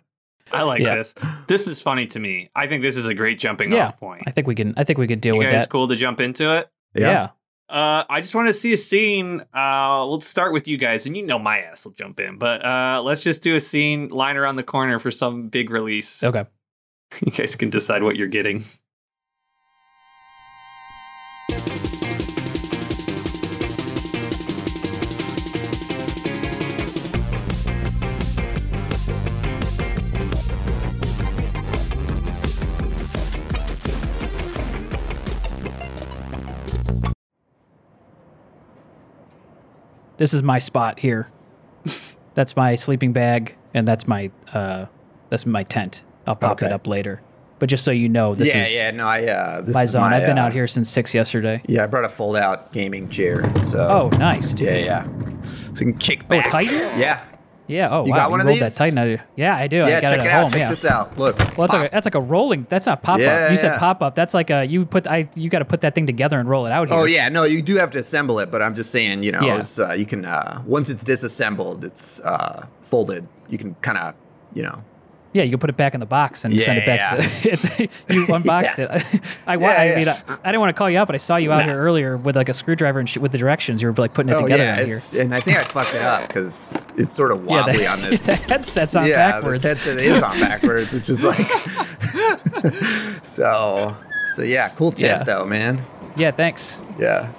Speaker 2: I like
Speaker 1: Yeah.
Speaker 2: this. This is funny to me. I think this is a great jumping
Speaker 1: Yeah,
Speaker 2: off point.
Speaker 1: I think we can I think we could deal
Speaker 2: You
Speaker 1: with
Speaker 2: guys
Speaker 1: that.
Speaker 2: cool to jump into it?
Speaker 1: yeah.
Speaker 2: Uh, I just want to see a scene. Uh, we'll start with you guys, and you know my ass will jump in, but uh, let's just do a scene line around the corner for some big release.
Speaker 1: Okay.
Speaker 2: You guys can decide what you're getting.
Speaker 1: this is my spot here. that's my sleeping bag, and that's my uh, that's my tent. I'll pop it
Speaker 3: Okay.
Speaker 1: up later. But just so you know, this
Speaker 3: yeah,
Speaker 1: is
Speaker 3: yeah. No, I. Uh, this
Speaker 1: my
Speaker 3: is
Speaker 1: zone.
Speaker 3: My,
Speaker 1: I've been
Speaker 3: uh,
Speaker 1: out here since six yesterday.
Speaker 3: Yeah, I brought a fold-out gaming chair. So.
Speaker 1: Oh, nice, dude.
Speaker 3: Yeah, yeah. So you can kick
Speaker 1: Oh,
Speaker 3: back.
Speaker 1: Titan.
Speaker 3: Yeah,
Speaker 1: Yeah. Oh,
Speaker 3: You
Speaker 1: wow.
Speaker 3: got one
Speaker 1: you
Speaker 3: of
Speaker 1: rolled
Speaker 3: these?
Speaker 1: that Titan. I do. Yeah, I do. Oh, I
Speaker 3: yeah.
Speaker 1: got
Speaker 3: Check
Speaker 1: it
Speaker 3: it,
Speaker 1: at
Speaker 3: out.
Speaker 1: home.
Speaker 3: Check
Speaker 1: yeah.
Speaker 3: this out. Look.
Speaker 1: Well, that's
Speaker 3: Pop.
Speaker 1: like a, that's like a rolling. That's not pop up.
Speaker 3: Yeah,
Speaker 1: you said
Speaker 3: yeah.
Speaker 1: pop up. That's like a you put I you got to put that thing together and roll it out here.
Speaker 3: Oh yeah, no, you do have to assemble it, but I'm just saying, you know,
Speaker 1: Yeah.
Speaker 3: it's, uh, you can uh, once it's disassembled, it's uh, folded. You can kind of, you know,
Speaker 1: Yeah, you can put it back in the box and
Speaker 3: Yeah,
Speaker 1: send it back.
Speaker 3: yeah,
Speaker 1: To the, it's, you unboxed it. I, I, wa-
Speaker 3: Yeah,
Speaker 1: I
Speaker 3: yeah.
Speaker 1: mean, I, I didn't want to call you out, but I saw you out
Speaker 3: Nah.
Speaker 1: here earlier with like a screwdriver and sh- with the directions. You were like putting it
Speaker 3: oh
Speaker 1: together
Speaker 3: yeah,
Speaker 1: out here.
Speaker 3: it's, and I think I fucked it up because it's sort of
Speaker 1: Yeah,
Speaker 3: wobbly
Speaker 1: the,
Speaker 3: on this.
Speaker 1: the headset's on
Speaker 3: yeah,
Speaker 1: backwards.
Speaker 3: this headset is on backwards, which is like, so, so yeah, cool
Speaker 1: Yeah.
Speaker 3: tip though, man.
Speaker 1: yeah, thanks.
Speaker 3: Yeah.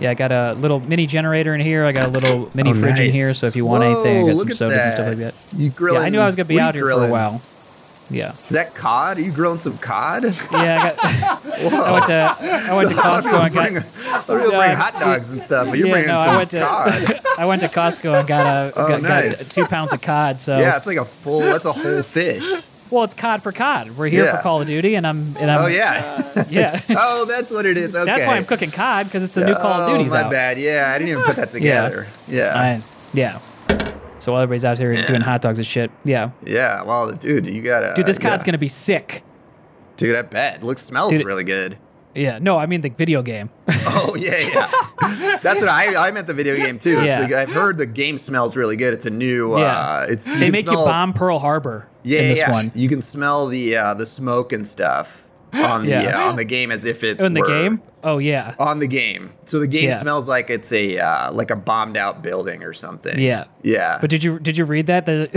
Speaker 1: Yeah, I got a little mini generator in here. I got a little mini
Speaker 3: Oh,
Speaker 1: fridge in here.
Speaker 3: nice.
Speaker 1: So if you want
Speaker 3: Whoa,
Speaker 1: anything, I got
Speaker 3: look
Speaker 1: some
Speaker 3: at
Speaker 1: sodas and stuff
Speaker 3: that.
Speaker 1: like that.
Speaker 3: You grilling?
Speaker 1: yeah, I knew I was gonna be
Speaker 3: what are you
Speaker 1: out here for
Speaker 3: grilling?
Speaker 1: a while. Yeah,
Speaker 3: Is that cod? Are you grilling some cod?
Speaker 1: yeah. I, got, I went to I went to
Speaker 3: Other
Speaker 1: Costco
Speaker 3: people
Speaker 1: and got
Speaker 3: bring, other people
Speaker 1: Yeah.
Speaker 3: bring hot dogs and stuff, but you're
Speaker 1: yeah,
Speaker 3: bringing
Speaker 1: no, I
Speaker 3: some
Speaker 1: went to
Speaker 3: cod.
Speaker 1: I went to Costco and got a
Speaker 3: Oh,
Speaker 1: got, got
Speaker 3: nice.
Speaker 1: two pounds of cod. So Um,
Speaker 3: Yeah, it's like a full. That's a whole fish.
Speaker 1: Well, it's COD for COD. We're here
Speaker 3: Yeah.
Speaker 1: for Call of Duty, and I'm and I'm
Speaker 3: Oh yeah.
Speaker 1: yeah.
Speaker 3: oh, that's what it is. Okay.
Speaker 1: That's why I'm cooking COD because it's the new Call of
Speaker 3: Oh,
Speaker 1: Duty's
Speaker 3: my
Speaker 1: out.
Speaker 3: bad. Yeah, I didn't even put that together. Yeah.
Speaker 1: I- yeah. So while everybody's out here doing hot dogs and shit, yeah,
Speaker 3: Yeah. Well, dude, you gotta.
Speaker 1: dude, this
Speaker 3: Uh, yeah.
Speaker 1: COD's gonna be sick.
Speaker 3: Dude, I bet. Looks smells
Speaker 1: Dude.
Speaker 3: really good.
Speaker 1: Yeah, no, I mean the video game.
Speaker 3: Oh yeah, yeah. That's what I I meant the video game too. It's
Speaker 1: Yeah.
Speaker 3: like, I've heard the game smells really good. It's a new.
Speaker 1: Yeah.
Speaker 3: Uh, it's
Speaker 1: they
Speaker 3: can
Speaker 1: make
Speaker 3: smell-
Speaker 1: you bomb Pearl Harbor
Speaker 3: Yeah,
Speaker 1: in this
Speaker 3: yeah.
Speaker 1: one.
Speaker 3: You can smell the uh, the smoke and stuff on the
Speaker 1: Yeah.
Speaker 3: uh, on the game as if it
Speaker 1: In the
Speaker 3: were-
Speaker 1: game? Oh yeah,
Speaker 3: on the game. So the game
Speaker 1: Yeah.
Speaker 3: smells like it's a uh, like a bombed out building or something.
Speaker 1: yeah.
Speaker 3: Yeah.
Speaker 1: But did you did you read that? The,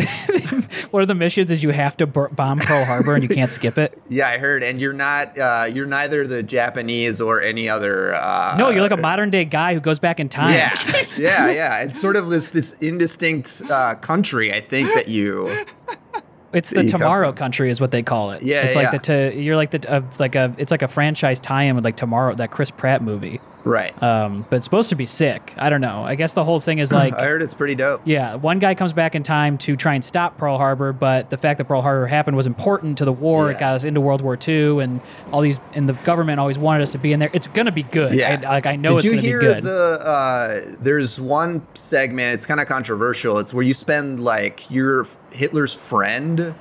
Speaker 1: one of the missions is you have to bur- bomb Pearl Harbor and you can't skip it.
Speaker 3: yeah, I heard. And you're not uh, you're neither the Japanese or any other uh,
Speaker 1: No, you're like a modern day guy who goes back in time.
Speaker 3: Yeah. yeah, yeah. It's sort of this this indistinct uh, country, I think, that you
Speaker 1: It's the
Speaker 3: You come
Speaker 1: Tomorrow
Speaker 3: from-
Speaker 1: Country is what they call it.
Speaker 3: Yeah,
Speaker 1: it's
Speaker 3: yeah,
Speaker 1: like the to, you're like the uh, like a it's like a franchise tie-in with like Tomorrow that Chris Pratt movie.
Speaker 3: Right.
Speaker 1: Um, but it's supposed to be sick. I don't know. I guess the whole thing is like
Speaker 3: I heard it's pretty dope.
Speaker 1: yeah, one guy comes back in time to try and stop Pearl Harbor, but the fact that Pearl Harbor happened was important to the war. It
Speaker 3: Yeah.
Speaker 1: got us into World War II, and all these and the government always wanted us to be in there. It's gonna be good.
Speaker 3: Yeah.
Speaker 1: I, like I know
Speaker 3: Did
Speaker 1: it's
Speaker 3: you
Speaker 1: gonna
Speaker 3: hear
Speaker 1: be good.
Speaker 3: the? Uh, there's one segment. It's kind of controversial. It's where you spend like you're Hitler's friend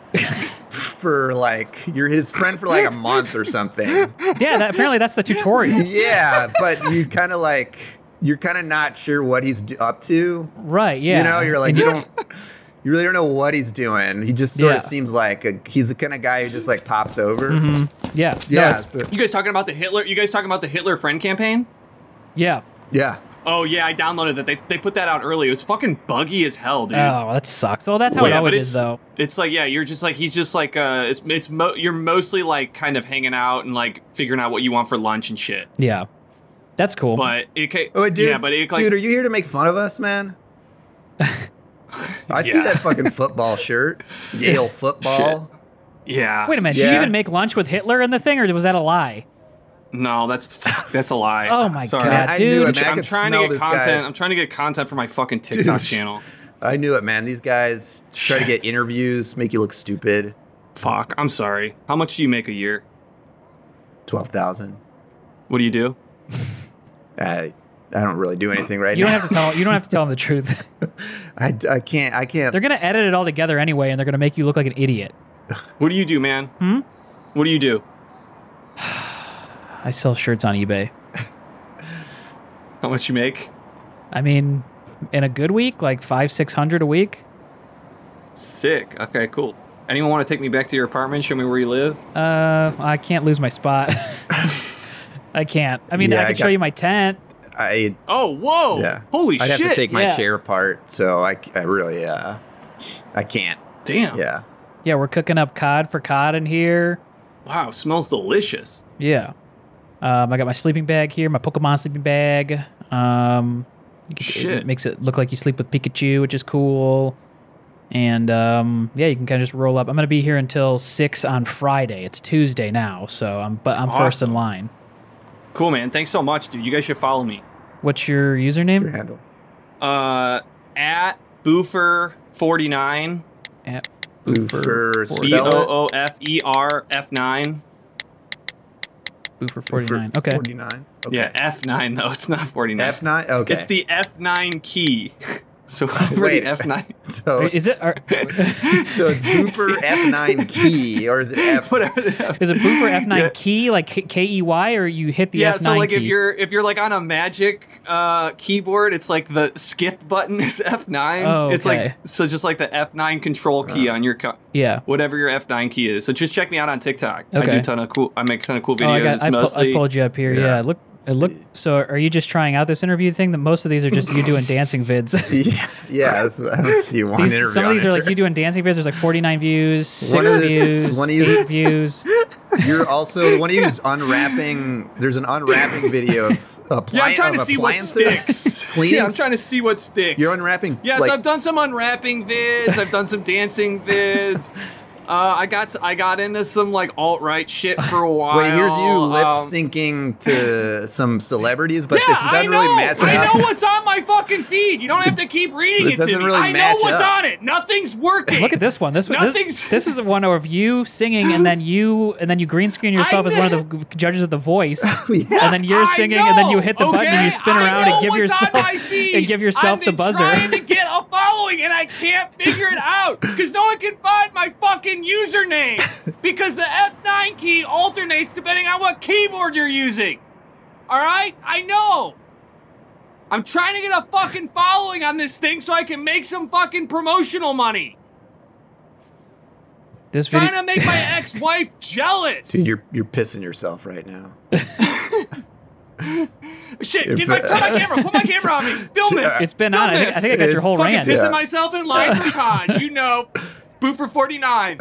Speaker 3: for like you're his friend for like a month or something.
Speaker 1: yeah, that, apparently that's the tutorial.
Speaker 3: yeah, but you kind of like you're kind of not sure what he's d- up to.
Speaker 1: right? Yeah.
Speaker 3: You know, you're like
Speaker 1: And
Speaker 3: you don't. You really don't know what he's doing. He just sort
Speaker 1: Yeah.
Speaker 3: of seems like a, he's the kind of guy who just like pops over.
Speaker 1: Yeah.
Speaker 3: Yeah,
Speaker 1: Mm-hmm. No, it's-
Speaker 3: so-
Speaker 2: You guys talking about the Hitler? You guys talking about the Hitler friend campaign?
Speaker 1: yeah.
Speaker 3: yeah.
Speaker 2: Oh yeah, I downloaded that. They they put that out early. It was fucking buggy as hell, dude.
Speaker 1: Oh, that sucks. Well, that's how it
Speaker 2: yeah,
Speaker 1: always
Speaker 2: but it's
Speaker 1: is, though.
Speaker 2: it's like yeah, you're just like he's just like uh, it's it's mo- you're mostly like kind of hanging out and like figuring out what you want for lunch and shit.
Speaker 1: Yeah. That's cool.
Speaker 2: But it ca-
Speaker 3: Oh, wait, dude,
Speaker 2: yeah, but it like
Speaker 3: dude, are you here to make fun of us, man? I see
Speaker 2: Yeah.
Speaker 3: that fucking football shirt, Yale football.
Speaker 2: yeah.
Speaker 1: Wait a minute. Did you
Speaker 3: Yeah.
Speaker 1: even make lunch with Hitler in the thing, or was that a lie?
Speaker 2: No, that's fuck, that's a lie.
Speaker 1: Oh my
Speaker 2: Sorry.
Speaker 1: God,
Speaker 3: Man, I knew
Speaker 1: dude.
Speaker 3: it, man. I
Speaker 2: I'm
Speaker 3: could
Speaker 2: trying to
Speaker 3: smell
Speaker 2: get
Speaker 3: this
Speaker 2: content.
Speaker 3: guy.
Speaker 2: I'm trying to get content for my fucking TikTok
Speaker 3: Dude.
Speaker 2: channel.
Speaker 3: I knew it, man. These guys try to get interviews, make you look stupid.
Speaker 2: Fuck. I'm sorry. How much do you make a year?
Speaker 3: Twelve thousand.
Speaker 2: What do you do?
Speaker 3: Uh, I don't really do anything right
Speaker 1: You
Speaker 3: now.
Speaker 1: don't have to tell. You don't have to tell them the truth.
Speaker 3: I, I can't. I can't.
Speaker 1: they're gonna edit it all together anyway, and they're gonna make you look like an idiot.
Speaker 2: What do you do, man? Hmm? What do you do?
Speaker 1: I sell shirts on eBay.
Speaker 2: How much you make?
Speaker 1: I mean, in a good week, like five, six hundred a week.
Speaker 2: Sick. Okay, cool. Anyone want to take me back to your apartment? Show me where you live?
Speaker 1: Uh, I can't lose my spot. I can't. I mean,
Speaker 3: Yeah,
Speaker 1: I
Speaker 3: I
Speaker 1: could show
Speaker 3: got-
Speaker 1: you my tent.
Speaker 3: I
Speaker 2: Oh, whoa.
Speaker 3: yeah.
Speaker 2: Holy
Speaker 3: I'd
Speaker 2: shit.
Speaker 3: have to take my
Speaker 1: yeah.
Speaker 3: chair apart, so I, I really uh, I can't.
Speaker 2: Damn.
Speaker 3: Yeah.
Speaker 1: Yeah, we're cooking up cod for cod in here.
Speaker 2: Wow, smells delicious.
Speaker 1: Yeah. Um, I got my sleeping bag here, my Pokemon sleeping bag. Um, you can, It
Speaker 2: Shit.
Speaker 1: makes it look like you sleep with Pikachu, which is cool. And um, yeah, you can kind of just roll up. I'm gonna be here until six on Friday. It's Tuesday now, so I'm but I'm first in
Speaker 2: Awesome.
Speaker 1: line.
Speaker 2: Cool, man. Thanks so much, dude. You guys should follow me.
Speaker 1: What's your
Speaker 3: Your
Speaker 1: username?
Speaker 3: handle.
Speaker 2: Uh, at Boofer49,
Speaker 1: At
Speaker 3: Boofer,
Speaker 1: forty-
Speaker 2: B
Speaker 3: spell it.
Speaker 2: O O F E R F 9.
Speaker 1: Boofer
Speaker 3: For-
Speaker 1: forty nine. Okay.
Speaker 3: Forty nine. Okay.
Speaker 2: Yeah, F9, though. It's not 49.
Speaker 3: F nine. Okay.
Speaker 2: It's the F9 key. so over
Speaker 3: Wait.
Speaker 2: the F9.
Speaker 3: so
Speaker 1: Is it are,
Speaker 3: So it's Booper F9 key, or is it F?
Speaker 2: Whatever. the-
Speaker 1: is it Boofer F nine
Speaker 2: Yeah.
Speaker 1: key like K E Y or you hit the
Speaker 2: yeah,
Speaker 1: F
Speaker 2: so
Speaker 1: nine
Speaker 2: like
Speaker 1: key?
Speaker 2: if you're if you're like on a magic uh keyboard, it's like the skip button is F9.
Speaker 1: Oh,
Speaker 2: It's like
Speaker 1: okay. Uh.
Speaker 2: so just like the F9 control key on your co-
Speaker 1: yeah.
Speaker 2: whatever your F9 key is. So just check me out on TikTok. I
Speaker 1: Okay.
Speaker 2: do ton of cool I make a ton of cool
Speaker 1: Oh,
Speaker 2: videos.
Speaker 1: I, got,
Speaker 2: it's
Speaker 1: I, pu-
Speaker 2: mostly
Speaker 1: I pulled you up here. Yeah,
Speaker 3: Yeah.
Speaker 1: it look,
Speaker 3: Let's
Speaker 1: it look.
Speaker 3: see.
Speaker 1: So, are you just trying out this interview thing? That most of these are just you doing dancing vids.
Speaker 3: Yeah, yeah that's- I don't see one interview.
Speaker 1: these, some of
Speaker 3: on
Speaker 1: these are like you
Speaker 3: here.
Speaker 1: doing dancing vids. There's like 49 views, six
Speaker 3: One of this-
Speaker 1: views,
Speaker 3: one of these-
Speaker 1: eight views.
Speaker 3: You're also one of you is unwrapping. There's an unwrapping video of appliances.
Speaker 2: Yeah, I'm trying to
Speaker 3: of
Speaker 2: see what
Speaker 3: appliances.
Speaker 2: sticks. yeah, I'm
Speaker 3: Cleanings.
Speaker 2: trying to see what sticks.
Speaker 3: You're unwrapping.
Speaker 2: Yes,
Speaker 3: like,
Speaker 2: I've done some unwrapping vids. I've done some dancing vids. Uh, I got I got into some like alt right shit for a while.
Speaker 3: Wait, here's you lip
Speaker 2: Um,
Speaker 3: syncing to some celebrities, but
Speaker 2: Yeah,
Speaker 3: this
Speaker 2: I
Speaker 3: doesn't
Speaker 2: know.
Speaker 3: really match
Speaker 2: I
Speaker 3: up.
Speaker 2: know what's on my fucking feed. You don't have to keep reading
Speaker 3: It
Speaker 2: it, to me.
Speaker 3: doesn't really
Speaker 2: I know
Speaker 3: match
Speaker 2: what's
Speaker 3: up.
Speaker 2: on it. Nothing's working.
Speaker 1: Look at this one. This one. This,
Speaker 2: Nothing's-
Speaker 1: this is one of you singing, and then you, and then you green screen yourself
Speaker 2: I
Speaker 1: as one of the g- judges of The Voice,
Speaker 3: Yeah.
Speaker 1: and then you're
Speaker 2: I
Speaker 1: singing, and then you
Speaker 2: know,
Speaker 1: hit the button and you
Speaker 2: okay?
Speaker 1: spin
Speaker 2: I
Speaker 1: around and
Speaker 2: know
Speaker 1: give
Speaker 2: what's
Speaker 1: yourself
Speaker 2: on my feed.
Speaker 1: and give yourself
Speaker 2: I've
Speaker 1: the
Speaker 2: been
Speaker 1: buzzer.
Speaker 2: trying to get a following and I can't figure it out because no one can find my fucking username because the F9 key alternates depending on what keyboard you're using. All right, I know. I'm trying to get a fucking following on this thing so I can make some fucking promotional money.
Speaker 1: This
Speaker 2: Trying to
Speaker 1: video.
Speaker 2: make my ex-wife jealous.
Speaker 3: Dude, you're you're pissing yourself right now.
Speaker 2: Shit,
Speaker 3: If,
Speaker 2: get my,
Speaker 3: uh,
Speaker 2: turn my camera. Put my camera on me. Film this.
Speaker 1: It's been on. I think, I think I got your
Speaker 3: It's
Speaker 1: whole
Speaker 2: Fucking
Speaker 1: rant.
Speaker 2: pissing
Speaker 3: Yeah.
Speaker 2: myself in line from Con. You know, Boofer 49.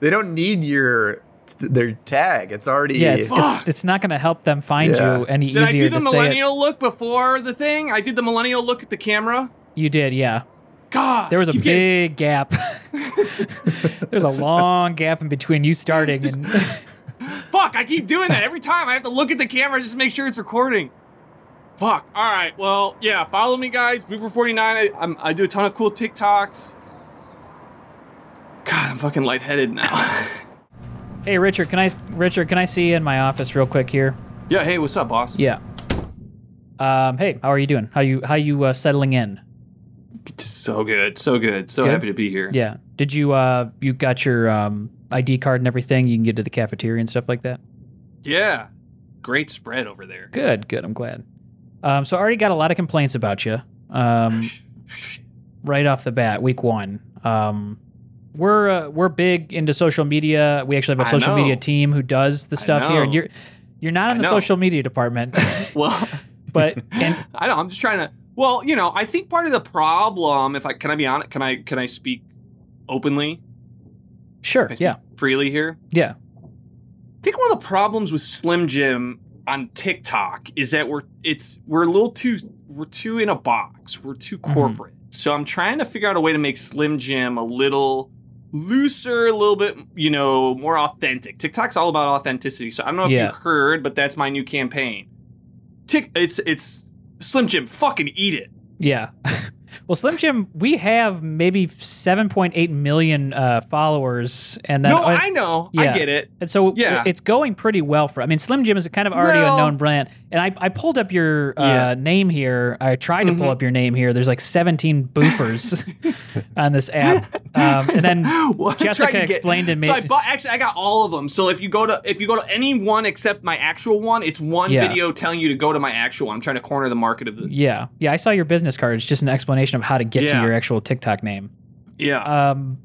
Speaker 3: They don't need your their tag. It's already
Speaker 1: Yeah, it's, it's,
Speaker 2: Fuck.
Speaker 1: it's not going to help them find
Speaker 3: Yeah.
Speaker 1: you any
Speaker 2: Did I
Speaker 1: easier
Speaker 2: do the
Speaker 1: to say it.
Speaker 2: millennial look before the thing? I did the millennial look at the camera.
Speaker 1: You did, yeah.
Speaker 2: God.
Speaker 1: There was a
Speaker 2: Keep
Speaker 1: big
Speaker 2: getting-
Speaker 1: gap. There's a long gap in between you starting and
Speaker 2: Fuck, I keep doing that every time. I have to look at the camera just to make sure it's recording. Fuck. All right. Well, yeah, follow me, guys. Boofer49. I, I'm, I do a ton of cool TikToks. God, I'm fucking lightheaded now.
Speaker 1: Hey Richard, can I Richard, can I see you in my office real quick here?
Speaker 2: yeah, hey, what's up, boss?
Speaker 1: Yeah. Um, hey, how are you doing? How you how you uh, settling in?
Speaker 2: So good. So good. So
Speaker 1: Good?
Speaker 2: happy to be here.
Speaker 1: Yeah. Did you uh you got your um ID card and everything? You can get to the cafeteria and stuff like that.
Speaker 2: Yeah. Great spread over there.
Speaker 1: Good, good. I'm glad. Um, so I already got a lot of complaints about you. Um, right off the bat, week one. Um, we're uh, we're big into social media. We actually have a
Speaker 2: I
Speaker 1: social media
Speaker 2: know.
Speaker 1: team who does the stuff here.
Speaker 2: know.
Speaker 1: You're you're not in
Speaker 2: I
Speaker 1: the
Speaker 2: know.
Speaker 1: social media department,
Speaker 2: Well,
Speaker 1: but and
Speaker 2: I know. I'm just trying to. Well, you know, I think part of the problem, if I can, I be honest. Can I can I speak openly?
Speaker 1: sure,
Speaker 2: Can I speak
Speaker 1: yeah,
Speaker 2: Freely here.
Speaker 1: yeah.
Speaker 2: I think one of the problems with Slim Jim on TikTok is that we're it's we're a little too we're too in a box. We're too
Speaker 1: Mm-hmm.
Speaker 2: corporate. So I'm trying to figure out a way to make Slim Jim a little looser, a little bit, you know, more authentic. TikTok's all about authenticity. So I don't know if
Speaker 1: Yeah.
Speaker 2: you've heard, but that's my new campaign. Tick it's it's Slim Jim, fucking eat it.
Speaker 1: Yeah. well, Slim Jim, we have maybe 7.8 million uh, followers, and then
Speaker 2: no, I know.
Speaker 1: yeah.
Speaker 2: I get it.
Speaker 1: and so
Speaker 2: yeah.
Speaker 1: it's going pretty well for. I mean, Slim Jim is kind of already
Speaker 2: Well-
Speaker 1: a known brand, and I, I pulled up your uh,
Speaker 2: Yeah.
Speaker 1: name here. I tried to pull
Speaker 2: Mhm.
Speaker 1: up your name here. There's like 17 boofers on this app, um, and then
Speaker 2: Well, I'm trying
Speaker 1: Jessica
Speaker 2: to get-
Speaker 1: explained to me.
Speaker 2: So I bought actually I got all of them. So if you go to if you go to any one except my actual one, it's one
Speaker 1: Yeah.
Speaker 2: video telling you to go to my actual one. I'm trying to corner the market of the
Speaker 1: yeah, yeah, I saw your business card. It's just an explanation of how to get to
Speaker 2: Yeah.
Speaker 1: your actual TikTok name.
Speaker 2: Yeah.
Speaker 1: Um,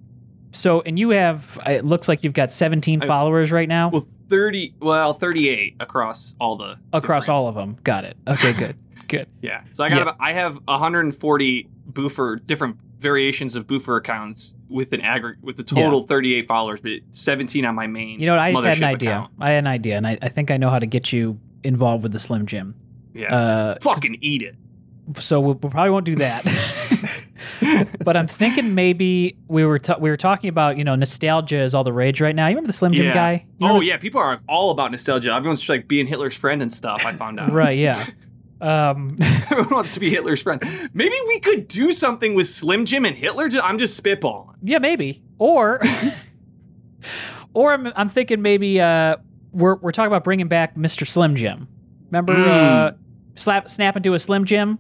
Speaker 1: so and you have uh, it looks like you've got 17
Speaker 2: I-
Speaker 1: followers right now.
Speaker 2: well 30 well 38 across all the
Speaker 1: across
Speaker 2: different-
Speaker 1: all of them. Got it. Okay, good, good.
Speaker 2: Yeah. So I got
Speaker 1: Yeah.
Speaker 2: about, I have 140 boofer different variations of boofer accounts with an aggregate with the total 38 followers, but 17 on my main
Speaker 1: You know what? I just had an
Speaker 2: mothership
Speaker 1: idea.
Speaker 2: account.
Speaker 1: I had an idea, and I, I think I know how to get you involved with the Slim Jim.
Speaker 2: Yeah.
Speaker 1: Uh,
Speaker 2: Fucking eat it.
Speaker 1: so we, we probably won't do that. but I'm thinking maybe we were ta- we were talking about you know nostalgia is all the rage right now. You remember the Slim Jim
Speaker 2: Yeah.
Speaker 1: guy? You
Speaker 2: Oh
Speaker 1: remember-
Speaker 2: yeah, people are all about nostalgia. Everyone's just like being Hitler's friend and stuff. I found out.
Speaker 1: right, yeah. Um,
Speaker 2: Everyone wants to be Hitler's friend. Maybe we could do something with Slim Jim and Hitler. Ju- I'm just spitballing.
Speaker 1: yeah, maybe. Or or I'm, I'm thinking maybe uh, we're we're talking about bringing back Mr. Slim Jim. Remember
Speaker 2: Hmm.
Speaker 1: uh, slap snap into a Slim Jim?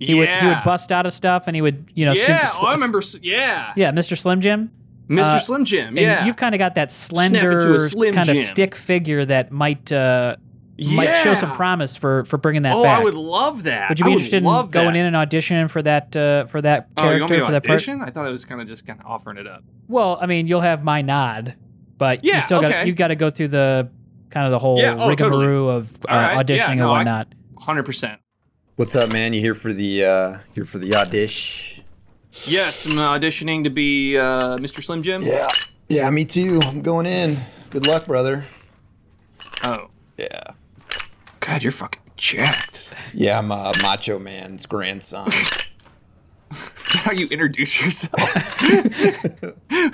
Speaker 1: He would he would bust out of stuff and he would you know
Speaker 2: yeah,
Speaker 1: super sl-
Speaker 2: oh, I remember. s- Yeah,
Speaker 1: yeah Mr. Slim Jim
Speaker 2: Mr.
Speaker 1: Uh,
Speaker 2: Slim Jim.
Speaker 1: and
Speaker 2: Yeah,
Speaker 1: you've kind of got that
Speaker 2: into
Speaker 1: slender
Speaker 2: a Slim
Speaker 1: kind of
Speaker 2: Jim.
Speaker 1: stick figure that might uh, might show some
Speaker 2: Yeah.
Speaker 1: promise for for bringing that
Speaker 2: Oh,
Speaker 1: back
Speaker 2: I would love that.
Speaker 1: would you
Speaker 2: I
Speaker 1: be interested in
Speaker 2: love
Speaker 1: going
Speaker 2: that.
Speaker 1: in and auditioning for that uh, for that
Speaker 2: Oh, you
Speaker 1: character
Speaker 2: want me to
Speaker 1: for that
Speaker 2: audition? I thought it was kind of just kind of offering it up.
Speaker 1: well I mean you'll have my nod but you
Speaker 2: Yeah,
Speaker 1: still got
Speaker 2: okay.
Speaker 1: you got to go through the kind of the whole
Speaker 2: Yeah, oh,
Speaker 1: rigmarole of uh,
Speaker 2: All right, yeah,
Speaker 1: auditioning and
Speaker 2: no, I-
Speaker 1: whatnot
Speaker 2: Hundred percent.
Speaker 3: What's up, man? You here for the uh here for the audition?
Speaker 2: Yes, I'm auditioning to be uh, Mr. Slim Jim.
Speaker 3: Yeah. Yeah, me too. I'm going in. Good luck, brother.
Speaker 2: Oh,
Speaker 3: Yeah.
Speaker 2: God, you're fucking jacked.
Speaker 3: Yeah, I'm uh, Macho Man's grandson.
Speaker 2: Is that how you introduce yourself?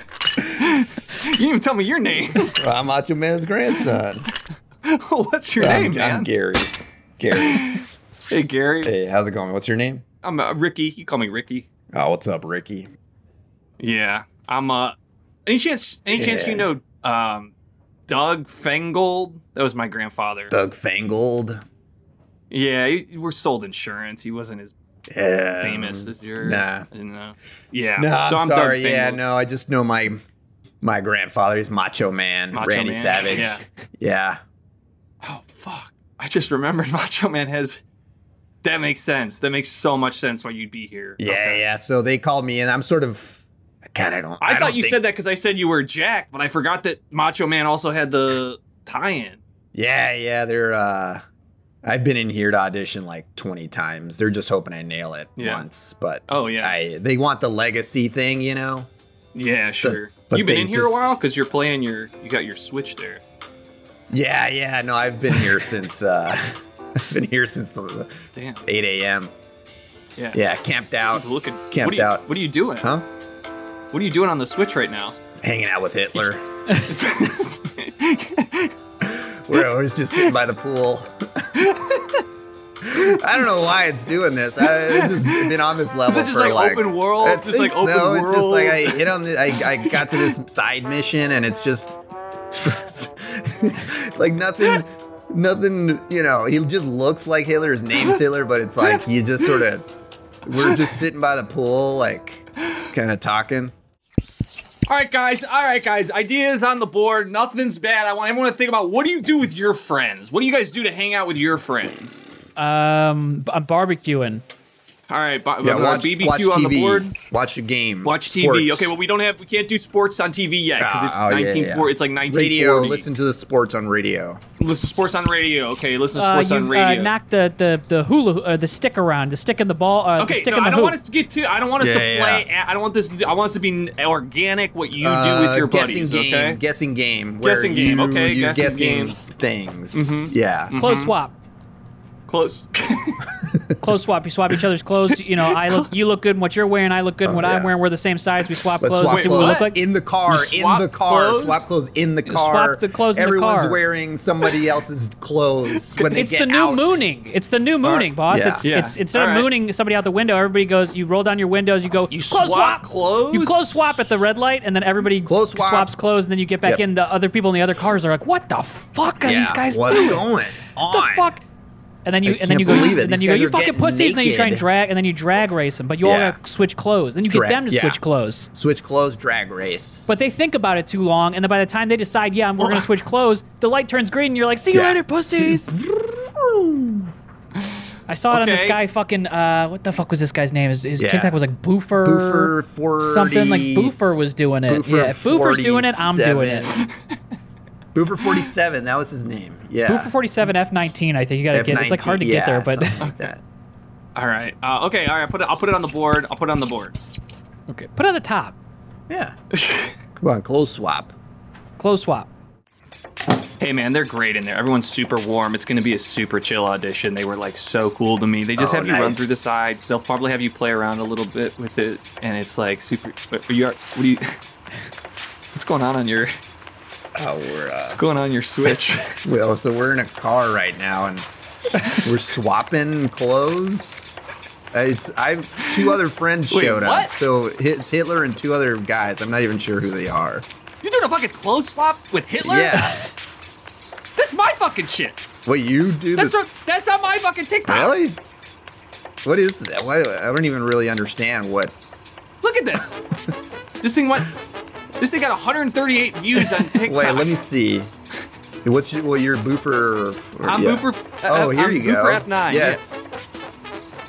Speaker 2: you didn't even tell me your name.
Speaker 3: I'm Macho Man's grandson.
Speaker 2: What's your
Speaker 3: I'm,
Speaker 2: name, man?
Speaker 3: I'm Gary. Gary.
Speaker 2: Hey, Gary.
Speaker 3: Hey, how's it going? What's your name?
Speaker 2: I'm uh, Ricky. You call me Ricky.
Speaker 3: Oh, what's up, Ricky?
Speaker 2: Yeah. I'm uh any chance any chance you know um Doug Fengold? That was my grandfather.
Speaker 3: Doug Fangold.
Speaker 2: Yeah, he, we're sold insurance. He wasn't as
Speaker 3: Yeah.
Speaker 2: famous as your
Speaker 3: Um, nah.
Speaker 2: and, uh, yeah.
Speaker 3: No, I'm,
Speaker 2: so I'm
Speaker 3: sorry.
Speaker 2: Doug
Speaker 3: yeah,
Speaker 2: Fengold.
Speaker 3: no, I just know my my grandfather. He's Macho Man,
Speaker 2: Macho
Speaker 3: Randy
Speaker 2: Man.
Speaker 3: Savage.
Speaker 2: Yeah.
Speaker 3: Yeah.
Speaker 2: Oh fuck. I just remembered Macho Man has that makes sense. That makes so much sense why you'd be here.
Speaker 3: Yeah,
Speaker 2: Okay.
Speaker 3: yeah. So they called me, and I'm sort of, I kind of don't.
Speaker 2: I,
Speaker 3: don't
Speaker 2: thought you
Speaker 3: think-
Speaker 2: said that because I said you were jacked, but I forgot that Macho Man also had the tie-in.
Speaker 3: Yeah, yeah. They're. uh I've been in here to audition like 20 times. They're just hoping I nail it
Speaker 2: Yeah.
Speaker 3: once, but
Speaker 2: Oh yeah.
Speaker 3: I they want the legacy thing, you know.
Speaker 2: Yeah, sure.
Speaker 3: but
Speaker 2: You've been
Speaker 3: they
Speaker 2: in here
Speaker 3: just-
Speaker 2: a while because you're playing your you got your Switch there.
Speaker 3: Yeah, yeah. No, I've been here since. uh I've been here since the-
Speaker 2: Damn.
Speaker 3: 8 a.m.
Speaker 2: Yeah.
Speaker 3: Yeah, camped out,
Speaker 2: Look at what
Speaker 3: Camped
Speaker 2: are you,
Speaker 3: out.
Speaker 2: What are you doing?
Speaker 3: Huh?
Speaker 2: What are you doing on the Switch right now?
Speaker 3: hanging out with Hitler.
Speaker 2: It's-
Speaker 3: We're always just sitting by the pool. I don't know why it's doing this. I- I've just been on this level
Speaker 2: Is it just
Speaker 3: for
Speaker 2: like,
Speaker 3: like,
Speaker 2: open world?
Speaker 3: I
Speaker 2: Oh, just like
Speaker 3: think
Speaker 2: open
Speaker 3: so.
Speaker 2: world.
Speaker 3: It's just like I hit on the. I, I got to this side mission, and it's just it's like nothing. Nothing. You know, he just looks like Hitler. His name's Hitler, but it's like you just sort of. We're just sitting by the pool, like kind of talking.
Speaker 2: all right, guys. All right, guys. Ideas on the board. Nothing's bad. I want everyone to think about what do you do with your friends? What do you guys do to hang out with your friends?
Speaker 1: Um, b- I'm barbecuing.
Speaker 2: All right, bo-
Speaker 3: Yeah,
Speaker 2: uh,
Speaker 3: watch,
Speaker 2: BBQ
Speaker 3: watch
Speaker 2: on
Speaker 3: TV.
Speaker 2: the board.
Speaker 3: Watch a game.
Speaker 2: Watch TV.
Speaker 3: sports,
Speaker 2: Okay, well we don't have we can't do sports on TV yet because it's
Speaker 3: Ah, oh, yeah,
Speaker 2: 1940.
Speaker 3: yeah.
Speaker 2: It's like 1940.
Speaker 3: radio. Listen to the sports on radio.
Speaker 2: Listen to sports on radio. Okay, listen to
Speaker 1: Uh,
Speaker 2: sports
Speaker 1: you
Speaker 2: on
Speaker 1: uh,
Speaker 2: radio.
Speaker 1: knocked the the the hula uh, the stick around the stick in the ball. Uh, the
Speaker 2: Okay,
Speaker 1: stick
Speaker 2: no,
Speaker 1: in the
Speaker 2: I don't
Speaker 1: hoop.
Speaker 2: want us to get too. I don't want us
Speaker 3: Yeah,
Speaker 2: to
Speaker 3: yeah,
Speaker 2: play. I don't want this. I want us to be n- organic. What you do
Speaker 3: Uh,
Speaker 2: with your
Speaker 3: guessing
Speaker 2: buddies,
Speaker 3: game,
Speaker 2: okay?
Speaker 3: Guessing game.
Speaker 2: Guessing
Speaker 3: where
Speaker 2: game,
Speaker 3: You,
Speaker 2: okay,
Speaker 3: You're
Speaker 2: guessing
Speaker 3: guessing,
Speaker 2: game. Mm-hmm.
Speaker 3: things. Yeah.
Speaker 1: Clothes swap.
Speaker 2: Close.
Speaker 1: Clothes swap. You swap each other's clothes. You know, I look, you look good in what you're wearing. I look good in
Speaker 3: Oh,
Speaker 1: what I'm
Speaker 3: yeah.
Speaker 1: wearing. We're the same size. We swap
Speaker 3: Let's
Speaker 1: clothes.
Speaker 3: swap
Speaker 1: and see what we
Speaker 3: clothes
Speaker 1: look like.
Speaker 3: in the car.
Speaker 2: You
Speaker 3: In the
Speaker 2: swap
Speaker 3: car.
Speaker 2: clothes?
Speaker 3: Swap clothes in the car.
Speaker 1: the clothes in the
Speaker 3: Everyone's
Speaker 1: car.
Speaker 3: wearing somebody else's clothes when they
Speaker 1: it's
Speaker 3: get
Speaker 1: the new
Speaker 3: out.
Speaker 1: mooning. It's the new mooning, boss.
Speaker 3: Yeah.
Speaker 1: It's
Speaker 2: Yeah.
Speaker 1: it's instead
Speaker 2: All
Speaker 1: of
Speaker 2: right.
Speaker 1: mooning somebody out the window, everybody goes. You roll down your windows. You go.
Speaker 2: You
Speaker 1: clothes
Speaker 2: swap
Speaker 1: swap.
Speaker 2: clothes?
Speaker 1: You close swap at the red light, and then everybody
Speaker 3: Clothes swap.
Speaker 1: swaps clothes, and then you get back
Speaker 3: Yep.
Speaker 1: in. The other people in the other cars are like, "What the fuck are
Speaker 3: Yeah.
Speaker 1: these guys
Speaker 3: What's
Speaker 1: doing?
Speaker 3: going
Speaker 1: What
Speaker 3: on?
Speaker 1: the fuck?" And then you
Speaker 3: I
Speaker 1: and then
Speaker 3: can't
Speaker 1: you go
Speaker 3: believe it.
Speaker 1: and then
Speaker 3: These
Speaker 1: you go
Speaker 3: guys
Speaker 1: you
Speaker 3: are
Speaker 1: fucking
Speaker 3: getting
Speaker 1: pussies and then you try and
Speaker 3: naked.
Speaker 1: drag and then you drag race them but you all
Speaker 3: Yeah.
Speaker 1: gotta switch clothes then you get
Speaker 3: Drag-
Speaker 1: them to
Speaker 3: yeah.
Speaker 1: switch clothes
Speaker 3: Switch clothes. Drag race.
Speaker 1: but they think about it too long, and then by the time they decide, yeah, we're gonna switch clothes, the light turns green, and you're like, see you
Speaker 3: Yeah.
Speaker 1: later, pussies. I saw it on this
Speaker 2: Okay.
Speaker 1: guy fucking. Uh, what the fuck was this guy's name? His, his
Speaker 3: Yeah.
Speaker 1: TikTok was like Boofer,
Speaker 3: Boofer 40s.
Speaker 1: something like Boofer was doing it.
Speaker 3: Boofer
Speaker 1: yeah, if Boofer's doing it. I'm doing it.
Speaker 3: 47. Boofer forty-seven. That was his name. Yeah.
Speaker 1: Boofer 47 F19, I think you gotta get. It's like hard to
Speaker 3: F19,
Speaker 1: get there,
Speaker 3: yeah,
Speaker 1: but
Speaker 3: something like that.
Speaker 2: all right. Uh, okay. All right. Put it. I'll put it on the board. I'll put it on the board.
Speaker 1: okay, put it on the top,
Speaker 3: Yeah. Come on, clothes swap.
Speaker 1: clothes swap.
Speaker 2: Hey man, they're great in there. Everyone's super warm. It's gonna be a super chill audition. They were like so cool to me. They just
Speaker 3: Oh,
Speaker 2: have you run
Speaker 3: nice.
Speaker 2: through the sides. They'll probably have you play around a little bit with it, and it's like super. What are you? What are you? What's going on on your? What's
Speaker 3: Oh, we're uh,
Speaker 2: going on your Switch?
Speaker 3: well, so we're in a car right now, and we're swapping clothes. Uh, It's I two other friends
Speaker 2: Wait,
Speaker 3: showed
Speaker 2: what?
Speaker 3: up, so it's Hitler and two other guys. I'm not even sure who they are.
Speaker 2: you doing a fucking clothes swap with Hitler?
Speaker 3: Yeah,
Speaker 2: That's my fucking shit.
Speaker 3: what you do?
Speaker 2: That's
Speaker 3: this,
Speaker 2: what, that's on my fucking TikTok.
Speaker 3: really. What is that? Why I don't even really understand what.
Speaker 2: Look at this. this thing went. This thing got 138 views on TikTok.
Speaker 3: Wait, let me see. What's your, well, your boofer? or-
Speaker 2: I'm
Speaker 3: yeah.
Speaker 2: Boofer.
Speaker 3: Oh,
Speaker 2: uh,
Speaker 3: here
Speaker 2: I'm
Speaker 3: you
Speaker 2: Boofer
Speaker 3: go.
Speaker 2: F9.
Speaker 3: Yeah, it's-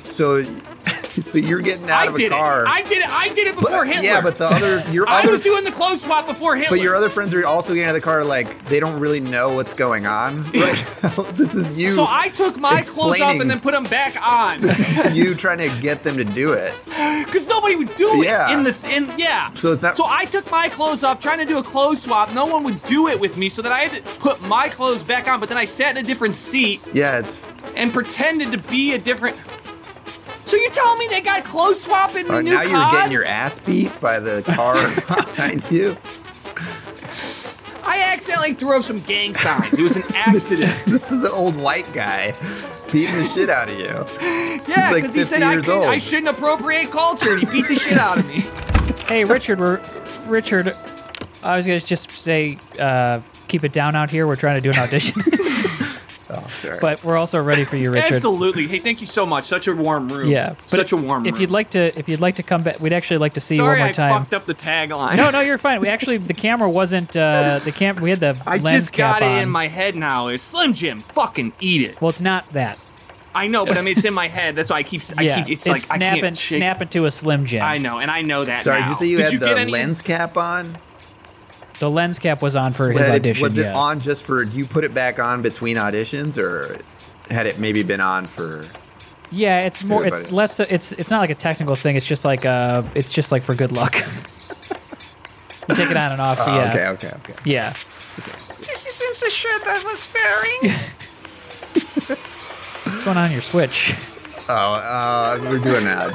Speaker 3: So, so you're getting
Speaker 2: I
Speaker 3: out of
Speaker 2: did
Speaker 3: a car.
Speaker 2: it. I did it. I did it
Speaker 3: But-
Speaker 2: before Hitler.
Speaker 3: Yeah, but the other your
Speaker 2: I
Speaker 3: other
Speaker 2: was doing the clothes swap before Hitler.
Speaker 3: but your other friends are also getting out of the car like they don't really know what's going on right now. This is you.
Speaker 2: so I took my clothes off
Speaker 3: explaining-
Speaker 2: and then put them back on
Speaker 3: this is you trying to get them to do it.
Speaker 2: because nobody would do
Speaker 3: Yeah.
Speaker 2: it in the in yeah.
Speaker 3: So it's not.
Speaker 2: So I took my clothes off, trying to do a clothes swap. No one would do it with me, so that I had to put my clothes back on. But then I sat in a different seat
Speaker 3: yeah, it's
Speaker 2: and pretended to be a different. So you telling me they got clothes swap in the
Speaker 3: uh,
Speaker 2: new
Speaker 3: now you're
Speaker 2: COD?
Speaker 3: getting your ass beat by the car behind you.
Speaker 2: I accidentally threw up some gang signs. It was an accident.
Speaker 3: This is an old white guy beating the shit out of you.
Speaker 2: yeah,
Speaker 3: like
Speaker 2: because he
Speaker 3: 50
Speaker 2: said I,
Speaker 3: years
Speaker 2: couldn't- I
Speaker 3: old.
Speaker 2: shouldn't appropriate culture. and He beat the shit out of me.
Speaker 1: Hey, Richard, we're Richard. I was gonna just say, uh, keep it down out here. We're trying to do an audition,
Speaker 3: Oh, sure.
Speaker 1: but we're also ready for you, Richard.
Speaker 2: Absolutely. Hey, thank you so much. Such a warm room.
Speaker 1: Yeah, but
Speaker 2: Such a warm room.
Speaker 1: If you'd like to, if you'd like to come back, we'd actually like to see
Speaker 2: Sorry,
Speaker 1: you one more
Speaker 2: I
Speaker 1: time.
Speaker 2: fucked up the tagline.
Speaker 1: No, no, you're fine. We actually the camera wasn't uh, the cam. We had the
Speaker 2: I
Speaker 1: lens
Speaker 2: just got
Speaker 1: cap
Speaker 2: it
Speaker 1: on.
Speaker 2: in my head now. It's Slim Jim. Fucking eat it.
Speaker 1: well, it's not that.
Speaker 2: I know, but I mean, it's in my head. That's why I keep. I
Speaker 1: yeah,
Speaker 2: keep. It's, like I
Speaker 1: snapping,
Speaker 2: can't shake.
Speaker 1: snapping to a slim jim.
Speaker 2: I know, and I know that.
Speaker 3: Sorry,
Speaker 2: now.
Speaker 3: did you say you
Speaker 2: Did
Speaker 3: had
Speaker 2: you
Speaker 3: the
Speaker 2: get any-
Speaker 3: lens cap on?
Speaker 1: The lens cap was on for his
Speaker 3: Had it-
Speaker 1: audition.
Speaker 3: was it
Speaker 1: yeah.
Speaker 3: on just for? Do you put it back on between auditions, or had it maybe been on for?
Speaker 1: Yeah, it's more. It's
Speaker 3: Everybody.
Speaker 1: less. It's it's not like a technical thing. It's just like uh, it's just like for good luck. you take it on and off.
Speaker 3: Oh,
Speaker 1: yeah.
Speaker 3: Okay, okay, okay.
Speaker 1: Yeah.
Speaker 4: This isn't the shirt I was wearing.
Speaker 1: What's going on in your Switch?
Speaker 3: Oh, uh, we're doing a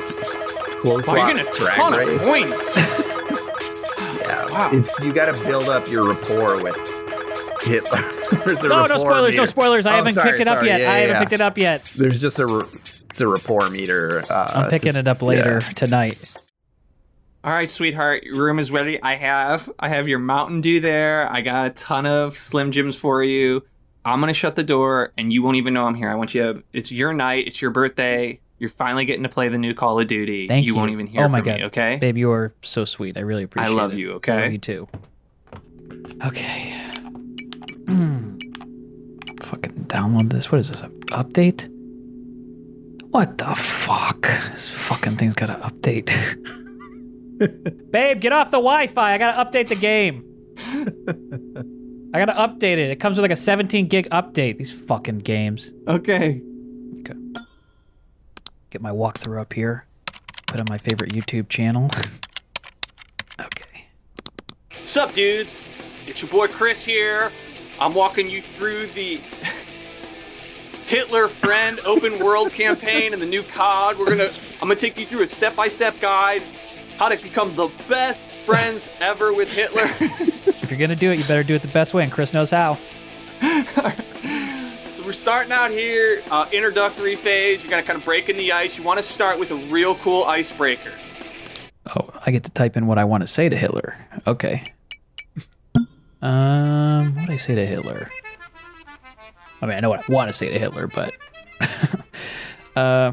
Speaker 3: close
Speaker 2: Wow, you're
Speaker 3: lock
Speaker 2: getting a
Speaker 3: drag
Speaker 2: ton of
Speaker 3: race.
Speaker 2: points.
Speaker 3: Yeah,
Speaker 2: Wow.
Speaker 3: it's you got to build up your rapport with Hitler. There's a
Speaker 1: No,
Speaker 3: rapport
Speaker 1: no spoilers, no
Speaker 3: meter.
Speaker 1: spoilers. I
Speaker 3: Oh,
Speaker 1: haven't
Speaker 3: sorry,
Speaker 1: picked it up
Speaker 3: sorry.
Speaker 1: yet.
Speaker 3: Yeah,
Speaker 1: I
Speaker 3: yeah,
Speaker 1: haven't
Speaker 3: yeah.
Speaker 1: picked it up yet.
Speaker 3: There's just a r- it's a rapport meter. Uh,
Speaker 1: I'm picking
Speaker 3: just-
Speaker 1: it up later tonight.
Speaker 2: All right, sweetheart, your room is ready. I have I have your Mountain Dew there. I got a ton of Slim Jims for you. I'm gonna shut the door, and you won't even know I'm here. I want you. To, it's your night. It's your birthday. You're finally getting to play the new Call of Duty.
Speaker 1: Thank you.
Speaker 2: won't even hear
Speaker 1: Oh
Speaker 2: from
Speaker 1: my
Speaker 2: me.
Speaker 1: God.
Speaker 2: Okay.
Speaker 1: Babe, you are so sweet. I really appreciate
Speaker 2: I
Speaker 1: it.
Speaker 2: love you.
Speaker 1: I
Speaker 2: Okay.
Speaker 1: love you too. Okay. Fucking download this. What is this? An update? What the fuck? This fucking thing's got to update. Babe, get off the Wi Fi. I got to update the game. I got to update it. It comes with like a 17 gig update. These fucking games.
Speaker 2: Okay.
Speaker 1: Get my walkthrough up here. Put on my favorite YouTube channel. okay.
Speaker 4: Sup, dudes? It's your boy Chris here. I'm walking you through the Hitler Friend Open World campaign and the new COD. We're gonna, I'm gonna take you through a step-by-step guide how to become the best friends ever with Hitler.
Speaker 1: If you're gonna do it, you better do it the best way, and Chris knows how.
Speaker 4: So We're starting out here, uh, introductory phase. You're gonna kind of break in the ice. You want to start with a real cool icebreaker.
Speaker 1: Oh, I get to type in what I want to say to Hitler. Okay. Um, what do I say to Hitler? I mean, I know what I want to say to Hitler, but uh,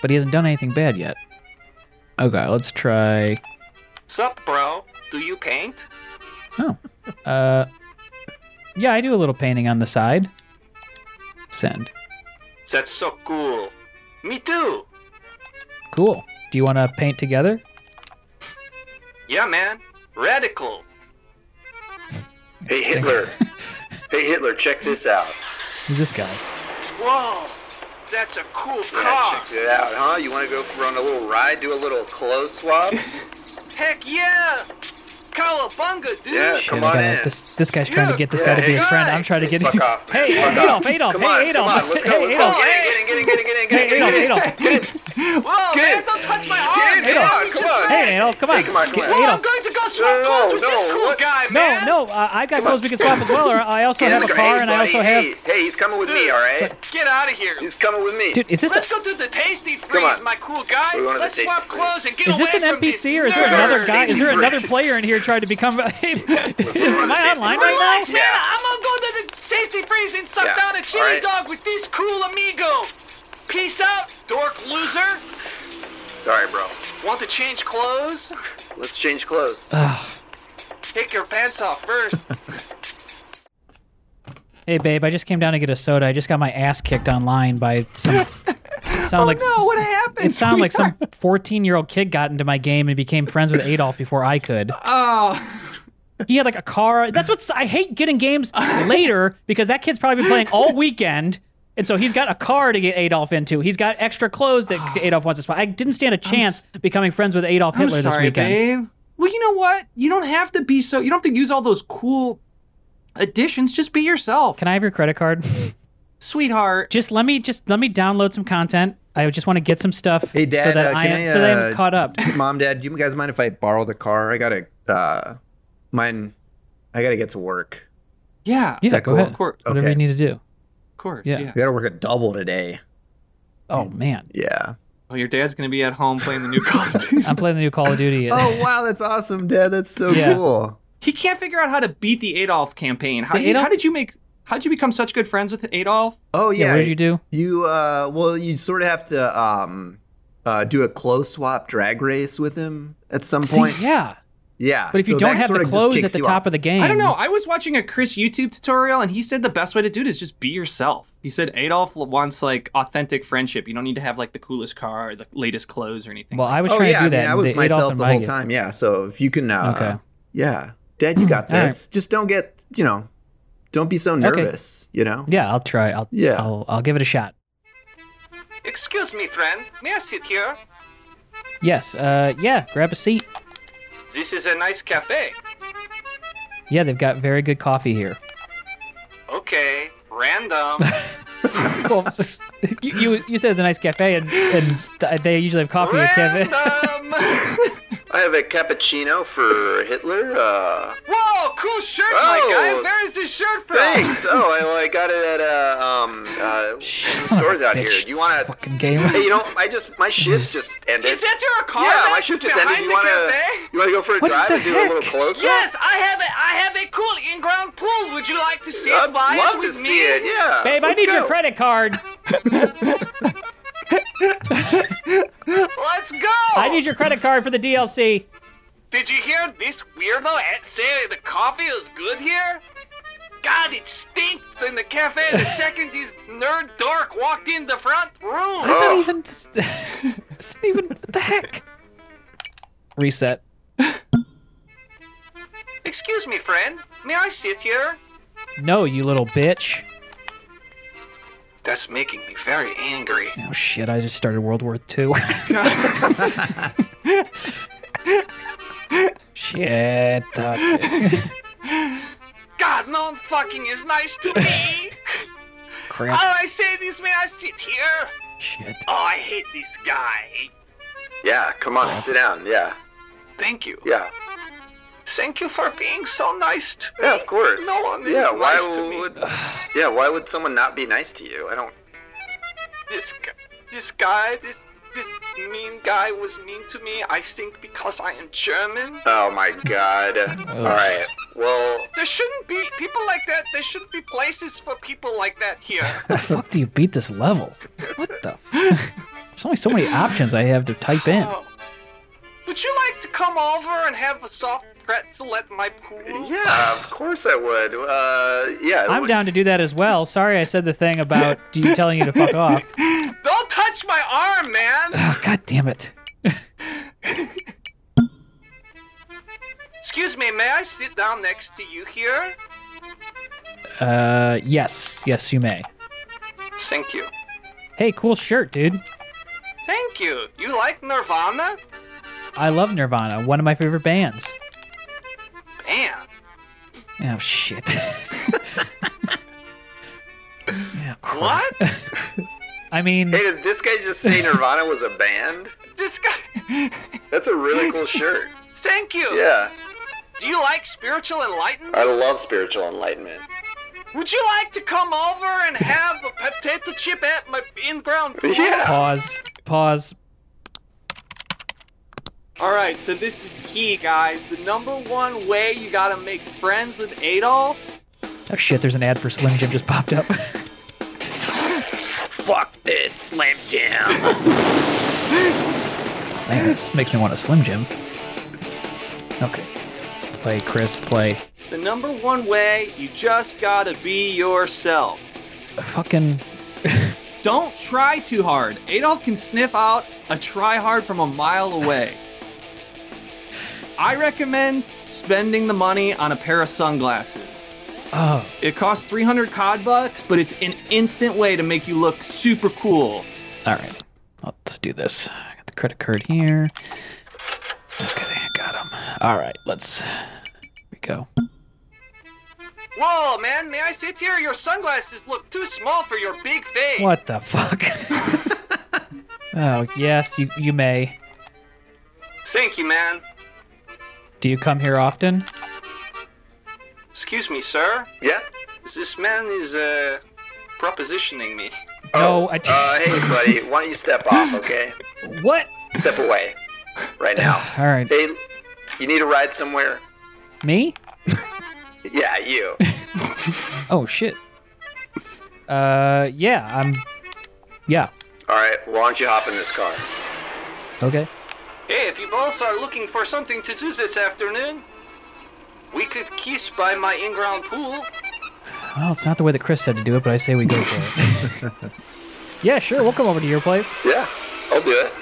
Speaker 1: but he hasn't done anything bad yet. Okay, let's try.
Speaker 4: Sup, bro? Do you paint?
Speaker 1: Uh, yeah, I do a little painting on the side. Send.
Speaker 4: That's so cool. Me too.
Speaker 1: Cool. Do you want to paint together?
Speaker 4: Yeah, man. Radical.
Speaker 5: Hey Hitler. hey Hitler, check this out.
Speaker 1: Who's this guy?
Speaker 4: Whoa, that's a cool
Speaker 5: Yeah,
Speaker 1: Ah.
Speaker 4: car.
Speaker 5: check it out, huh? You want to go for on a little ride, do a little clothes swap?
Speaker 4: Heck yeah. Cowabunga, dude.
Speaker 5: Yeah,
Speaker 1: Shit,
Speaker 5: come
Speaker 1: I
Speaker 5: on
Speaker 1: gotta-
Speaker 5: in.
Speaker 1: This, this guy's trying to
Speaker 4: Yeah,
Speaker 1: get this guy
Speaker 5: yeah,
Speaker 1: to be
Speaker 5: hey,
Speaker 1: his friend. I'm
Speaker 4: guys.
Speaker 1: trying to get.
Speaker 5: Fuck off, man.
Speaker 1: Hey,
Speaker 5: Fuck
Speaker 1: Adolf,
Speaker 5: off.
Speaker 1: Adolf,
Speaker 5: Come
Speaker 1: hey,
Speaker 5: on,
Speaker 1: Adolf,
Speaker 5: Come on, let's go,
Speaker 1: hey,
Speaker 5: let's
Speaker 1: Adolf.
Speaker 5: go. Get in, get in, get in, get in, get in,
Speaker 1: Hey,
Speaker 5: get in, get in.
Speaker 1: Adolf,
Speaker 5: Get in,
Speaker 4: Whoa,
Speaker 5: Get
Speaker 4: man,
Speaker 5: it.
Speaker 4: don't touch my
Speaker 5: Get
Speaker 4: arm.
Speaker 5: in,
Speaker 4: man.
Speaker 1: Adolf.
Speaker 5: come on, come on.
Speaker 1: Hey, Adolf, come on.
Speaker 5: Hey, come on, come
Speaker 1: Get-
Speaker 5: on.
Speaker 4: Whoa,
Speaker 1: Adolf.
Speaker 4: I'm going to go
Speaker 5: No,
Speaker 4: swap clothes with
Speaker 5: no,
Speaker 4: this cool
Speaker 5: what-
Speaker 4: guy,
Speaker 1: No,
Speaker 4: man.
Speaker 1: no, uh, I've got clothes we can swap as well, or I also
Speaker 5: Get in
Speaker 1: have
Speaker 5: the
Speaker 1: a
Speaker 5: car.
Speaker 1: car
Speaker 5: Hey,
Speaker 1: and I
Speaker 5: buddy,
Speaker 1: also have.
Speaker 5: Hey, hey, he's coming with me, all right?
Speaker 4: Get out of here.
Speaker 5: He's coming with me.
Speaker 1: Dude, is this a,
Speaker 4: Let's go do the tasty freeze,
Speaker 5: on.
Speaker 4: my cool guy.
Speaker 5: We're going to the
Speaker 4: Let's
Speaker 5: tasty
Speaker 4: swap
Speaker 5: freeze.
Speaker 4: clothes and get
Speaker 1: is this
Speaker 4: away
Speaker 1: an
Speaker 4: from these
Speaker 1: NPC or is there another
Speaker 4: nerds.
Speaker 1: guy? Is there
Speaker 5: Tasty
Speaker 1: another
Speaker 5: freak.
Speaker 1: player in here trying to become? is, am I online right
Speaker 4: Relax,
Speaker 1: now?
Speaker 4: man.
Speaker 5: Yeah.
Speaker 4: I'm gonna go to the tasty freeze and suck
Speaker 5: Yeah.
Speaker 4: down a chili
Speaker 5: Alright.
Speaker 4: dog with this cool amigo. Peace out, dork loser.
Speaker 5: Sorry, bro.
Speaker 4: Want to change clothes?
Speaker 5: Let's change clothes.
Speaker 1: Ugh.
Speaker 4: Take your pants off first.
Speaker 1: Hey, babe, I just came down to get a soda. I just got my ass kicked online by some. Sound like
Speaker 2: Oh, no, what happened?
Speaker 1: it sounded like some 14 year old kid got into my game and became friends with Adolf before I could.
Speaker 2: Oh,
Speaker 1: He had like a car. That's what's. I hate getting games later because that kid's probably been playing all weekend. And so he's got a car to get Adolf into. He's got extra clothes that Adolf wants to spy. I didn't stand a chance becoming friends with Adolf
Speaker 2: I'm
Speaker 1: Hitler this
Speaker 2: sorry,
Speaker 1: weekend.
Speaker 2: babe. Well, you know what? You don't have to be so. You don't have to use all those cool additions. Just be yourself,
Speaker 1: Can I have your credit card?
Speaker 2: sweetheart.
Speaker 1: just let me just let me download some content. I just want to get some stuff
Speaker 3: Hey, Dad,
Speaker 1: so that
Speaker 3: uh,
Speaker 1: I
Speaker 3: can
Speaker 1: am
Speaker 3: I,
Speaker 1: so that I'm
Speaker 3: uh,
Speaker 1: caught up.
Speaker 3: Mom, Dad, do you guys mind if I borrow the car? I gotta, uh, mine. I gotta get to work.
Speaker 2: Yeah,
Speaker 1: Yeah,
Speaker 3: that
Speaker 1: go
Speaker 3: cool?
Speaker 1: ahead.
Speaker 2: of course,
Speaker 3: Okay,
Speaker 1: Whatever you need to do.
Speaker 2: of course.
Speaker 1: Yeah.
Speaker 2: Yeah.
Speaker 3: I gotta work a double today.
Speaker 1: Oh man,
Speaker 3: Yeah.
Speaker 2: Oh, your dad's gonna be at home playing the new Call of Duty.
Speaker 1: I'm playing the new Call of Duty.
Speaker 3: Oh wow, that's awesome, Dad. That's so
Speaker 1: Yeah.
Speaker 3: cool.
Speaker 2: he can't figure out how to beat the Adolf campaign. How,
Speaker 1: The
Speaker 2: do you-
Speaker 1: Adolf-
Speaker 2: how did you make? How did you become such good friends with Adolf?
Speaker 3: Oh
Speaker 1: yeah,
Speaker 3: yeah,
Speaker 1: what did you do?
Speaker 3: You uh well you sort of have to um uh do a clothes swap drag race with him at some point.
Speaker 1: See, yeah,
Speaker 3: Yeah.
Speaker 1: but if you
Speaker 3: so
Speaker 1: don't
Speaker 3: that
Speaker 1: have
Speaker 3: sort
Speaker 1: the
Speaker 3: of just
Speaker 1: clothes at
Speaker 3: kicks
Speaker 1: the
Speaker 3: you
Speaker 1: top
Speaker 3: off.
Speaker 1: of the game,
Speaker 2: I don't know. I was watching a Chris YouTube tutorial, and he said the best way to do it is just be yourself. He said Adolf wants like authentic friendship. You don't need to have like the coolest car or the latest clothes or anything.
Speaker 1: Well, I was
Speaker 3: Oh
Speaker 1: trying
Speaker 3: yeah,
Speaker 1: to do that.
Speaker 3: I mean I
Speaker 1: and
Speaker 3: was
Speaker 1: they ate off
Speaker 3: myself
Speaker 1: in
Speaker 3: the
Speaker 1: my
Speaker 3: whole
Speaker 1: game.
Speaker 3: time. Yeah. So if you can uh
Speaker 1: Okay.
Speaker 3: yeah. Dad, you got
Speaker 1: All right.
Speaker 3: this. Just don't get, you know, don't be so nervous, you know?
Speaker 1: Yeah, I'll try. I'll
Speaker 3: Yeah.
Speaker 1: I'll, I'll give it a shot.
Speaker 4: Excuse me, friend. May I sit here?
Speaker 1: Yes. Uh, yeah. Grab a seat.
Speaker 4: This is a nice cafe.
Speaker 1: Yeah, they've got very good coffee here.
Speaker 4: Okay, random.
Speaker 1: cool. you, you you said it's a nice cafe, and, and th- they usually have coffee at cafe.
Speaker 4: Random.
Speaker 5: I have a cappuccino for Hitler. Uh,
Speaker 4: Whoa, cool shirt,
Speaker 5: Oh.
Speaker 4: Mike. I Where is this shirt from?
Speaker 5: thanks. Oh, I, I got it at uh, um uh, one of the
Speaker 1: Son of a
Speaker 5: stores out
Speaker 1: bitch,
Speaker 5: here.
Speaker 1: this
Speaker 5: You want to?
Speaker 1: fucking game?
Speaker 5: Hey, you know, I just my shift just ended.
Speaker 4: Is that your car?
Speaker 5: yeah, my
Speaker 4: that's
Speaker 5: shift just
Speaker 4: behind
Speaker 5: ended. You
Speaker 4: the
Speaker 5: want
Speaker 4: cafe?
Speaker 5: to? You want to go for a
Speaker 1: What
Speaker 5: drive
Speaker 1: the
Speaker 5: and do a little
Speaker 1: heck?
Speaker 5: close?
Speaker 4: Yes, I have a I have a cool in-ground pool. Would you like to see
Speaker 5: I'd
Speaker 4: it by
Speaker 5: love
Speaker 4: with
Speaker 5: to
Speaker 4: me?
Speaker 5: see it. Yeah.
Speaker 1: Babe, I
Speaker 5: let's
Speaker 1: need your
Speaker 5: go.
Speaker 1: credit card.
Speaker 4: Let's go.
Speaker 1: I need your credit card for the DLC.
Speaker 4: Did you hear this weirdo at say the coffee is good here? God, it stinks in the cafe the second this nerd dork walked in the front
Speaker 1: I
Speaker 4: room.
Speaker 1: didn't
Speaker 5: Oh.
Speaker 1: even. It's even. What the heck? Reset.
Speaker 4: Excuse me, friend. May I sit here?
Speaker 1: No, you little bitch.
Speaker 4: That's making me very angry.
Speaker 1: Oh shit! I just started World War II. shit. Okay.
Speaker 4: God, no one fucking is nice to me.
Speaker 1: Crap.
Speaker 4: How do I say this? May I sit here?
Speaker 1: Shit.
Speaker 4: Oh, I hate this guy.
Speaker 5: Yeah, come on, sit down. Yeah,
Speaker 4: Thank you.
Speaker 5: yeah,
Speaker 4: Thank you for being so nice to
Speaker 5: yeah. Of course.
Speaker 4: No one is
Speaker 5: yeah, why
Speaker 4: nice to me.
Speaker 5: would? Yeah, why would someone not be nice to you? I don't.
Speaker 4: this guy, this guy, this this mean guy was mean to me. I think because I am German.
Speaker 5: Oh my god. All right. Well,
Speaker 4: There shouldn't be people like that. There shouldn't be places for people like that here.
Speaker 1: the fuck do you beat this level? What the? F- There's only so many options I have to type in.
Speaker 4: Oh. would you like to come over and have a soft pretzel at my pool?
Speaker 5: yeah, of course I would. Uh, yeah.
Speaker 1: I'm
Speaker 5: what-
Speaker 1: down to do that as well. Sorry, I said the thing about you telling you to fuck off.
Speaker 4: Don't touch my arm, man.
Speaker 1: Oh, God damn it!
Speaker 4: Excuse me. May I sit down next to you here?
Speaker 1: Uh, yes, yes, you may.
Speaker 4: Thank you.
Speaker 1: Hey, cool shirt, dude.
Speaker 4: Thank you. You like Nirvana?
Speaker 1: I love Nirvana, one of my favorite bands.
Speaker 4: Man.
Speaker 1: Oh shit. yeah, crap.
Speaker 4: What?
Speaker 1: I mean,
Speaker 5: Hey, did this guy just say Nirvana was a band?
Speaker 4: this guy.
Speaker 5: That's a really cool shirt.
Speaker 4: Thank you.
Speaker 5: Yeah,
Speaker 4: Do you like spiritual enlightenment?
Speaker 5: I love spiritual enlightenment.
Speaker 4: Would you like to come over and have a potato chip at my in-ground pool?
Speaker 5: Yeah.
Speaker 1: pause, pause.
Speaker 4: All right, so this is key, guys. The number one way you gotta make friends with Adolf.
Speaker 1: Oh shit, there's an ad for Slim Jim just popped up.
Speaker 5: Fuck this, Slam Jam.
Speaker 1: Man, this makes me want a Slim Jim. Okay. Play, Chris, play.
Speaker 4: The number one way you just gotta be yourself.
Speaker 1: Fucking.
Speaker 2: Don't try too hard. Adolf can sniff out a try hard from a mile away. I recommend spending the money on a pair of sunglasses.
Speaker 1: Oh,
Speaker 2: It costs 300 cod bucks, but it's an instant way to make you look super cool.
Speaker 1: alright. Let's do this. I got the credit card here. Okay, got him. Alright, let's. Here we go.
Speaker 4: Whoa, man, may I sit here? Your sunglasses look too small for your big face.
Speaker 1: What the fuck? oh, yes, you, you may.
Speaker 4: Thank you, man.
Speaker 1: Do you come here often?
Speaker 4: Excuse me, sir.
Speaker 5: yeah.
Speaker 4: This man is uh propositioning me.
Speaker 1: No, I.
Speaker 5: Uh, hey, buddy, why don't you step off, okay?
Speaker 1: what?
Speaker 5: Step away, right now.
Speaker 1: Alright.
Speaker 5: Hey, you need a ride somewhere?
Speaker 1: Me?
Speaker 5: Yeah, you.
Speaker 1: Oh, shit. Uh, yeah, I'm. Yeah,
Speaker 5: All right, why don't you hop in this car?
Speaker 1: okay.
Speaker 4: Hey, if you both are looking for something to do this afternoon, we could kiss by my in-ground pool.
Speaker 1: Well, it's not the way that Chris said to do it, but I say we go for it. yeah, sure. We'll come over to your place.
Speaker 5: Yeah, I'll do it.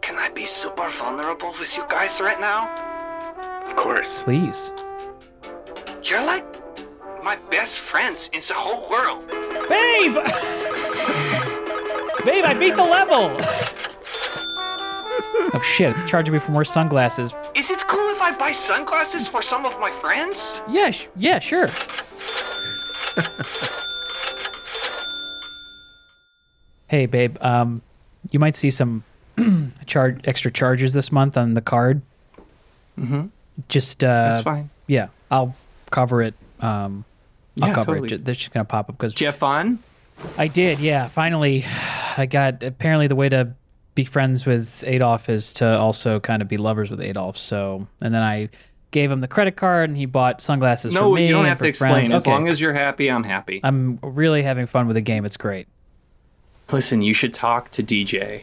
Speaker 4: Can I be super vulnerable with you guys right now?
Speaker 5: Of course.
Speaker 1: Please.
Speaker 4: You're like my best friends in the whole world.
Speaker 1: Babe! Babe, I beat the level! oh shit, it's charging me for more sunglasses.
Speaker 4: Is it cool if I buy sunglasses for some of my friends?
Speaker 1: Yeah, sh- yeah, sure. hey, babe. Um, you might see some char- extra charges this month on the card. Mm-hmm. Just uh,
Speaker 2: That's fine.
Speaker 1: Yeah, I'll cover it. Um, I'll
Speaker 2: Yeah,
Speaker 1: cover
Speaker 2: totally.
Speaker 1: it. Ju- This is gonna pop up because
Speaker 2: Jeff on?
Speaker 1: I did. Yeah, finally, I got. Apparently, the way to be friends with Adolf is to also kind of be lovers with Adolf. So, and then I gave him the credit card, and he bought sunglasses.
Speaker 2: No,
Speaker 1: for me
Speaker 2: you don't
Speaker 1: and
Speaker 2: have to
Speaker 1: for
Speaker 2: explain.
Speaker 1: friends.
Speaker 2: As
Speaker 1: Okay. Uh,
Speaker 2: long as you're happy, I'm happy.
Speaker 1: I'm really having fun with the game. It's great.
Speaker 2: Listen, you should talk to DJ.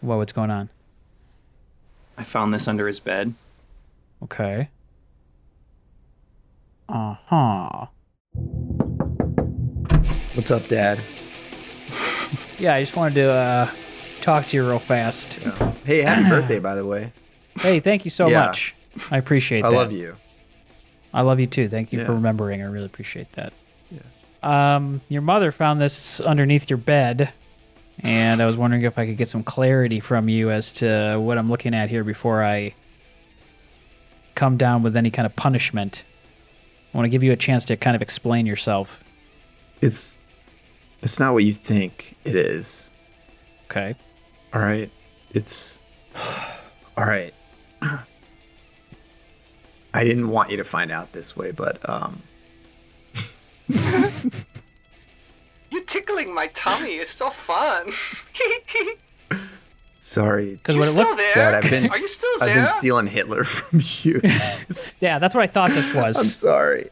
Speaker 1: Whoa, what's going on?
Speaker 2: I found this under his bed.
Speaker 1: Okay. Uh huh.
Speaker 3: What's up, Dad?
Speaker 1: Yeah, I just wanted to uh, talk to you real fast.
Speaker 3: Hey, happy birthday, by the way.
Speaker 1: Hey, thank you so
Speaker 3: Yeah.
Speaker 1: much. I appreciate
Speaker 3: I
Speaker 1: that.
Speaker 3: love you.
Speaker 1: I love you too. Thank you for
Speaker 3: Yeah.
Speaker 1: remembering. I really appreciate that. Yeah. Um, your mother found this underneath your bed, and I was wondering if I could get some clarity from you as to what I'm looking at here before I come down with any kind of punishment. I want to give you a chance to kind of explain yourself.
Speaker 3: It's it's not what you think it is.
Speaker 1: Okay.
Speaker 3: All right. It's all right. I didn't want you to find out this way, but um
Speaker 4: You're tickling my tummy. It's so fun.
Speaker 3: sorry,
Speaker 1: Because
Speaker 4: You're
Speaker 1: what it
Speaker 4: still
Speaker 1: looks
Speaker 4: there?
Speaker 3: Dad. I've been
Speaker 4: Are you still there?
Speaker 3: I've been stealing Hitler from you.
Speaker 1: yeah, that's what I thought this
Speaker 3: I'm
Speaker 1: was.
Speaker 3: sorry.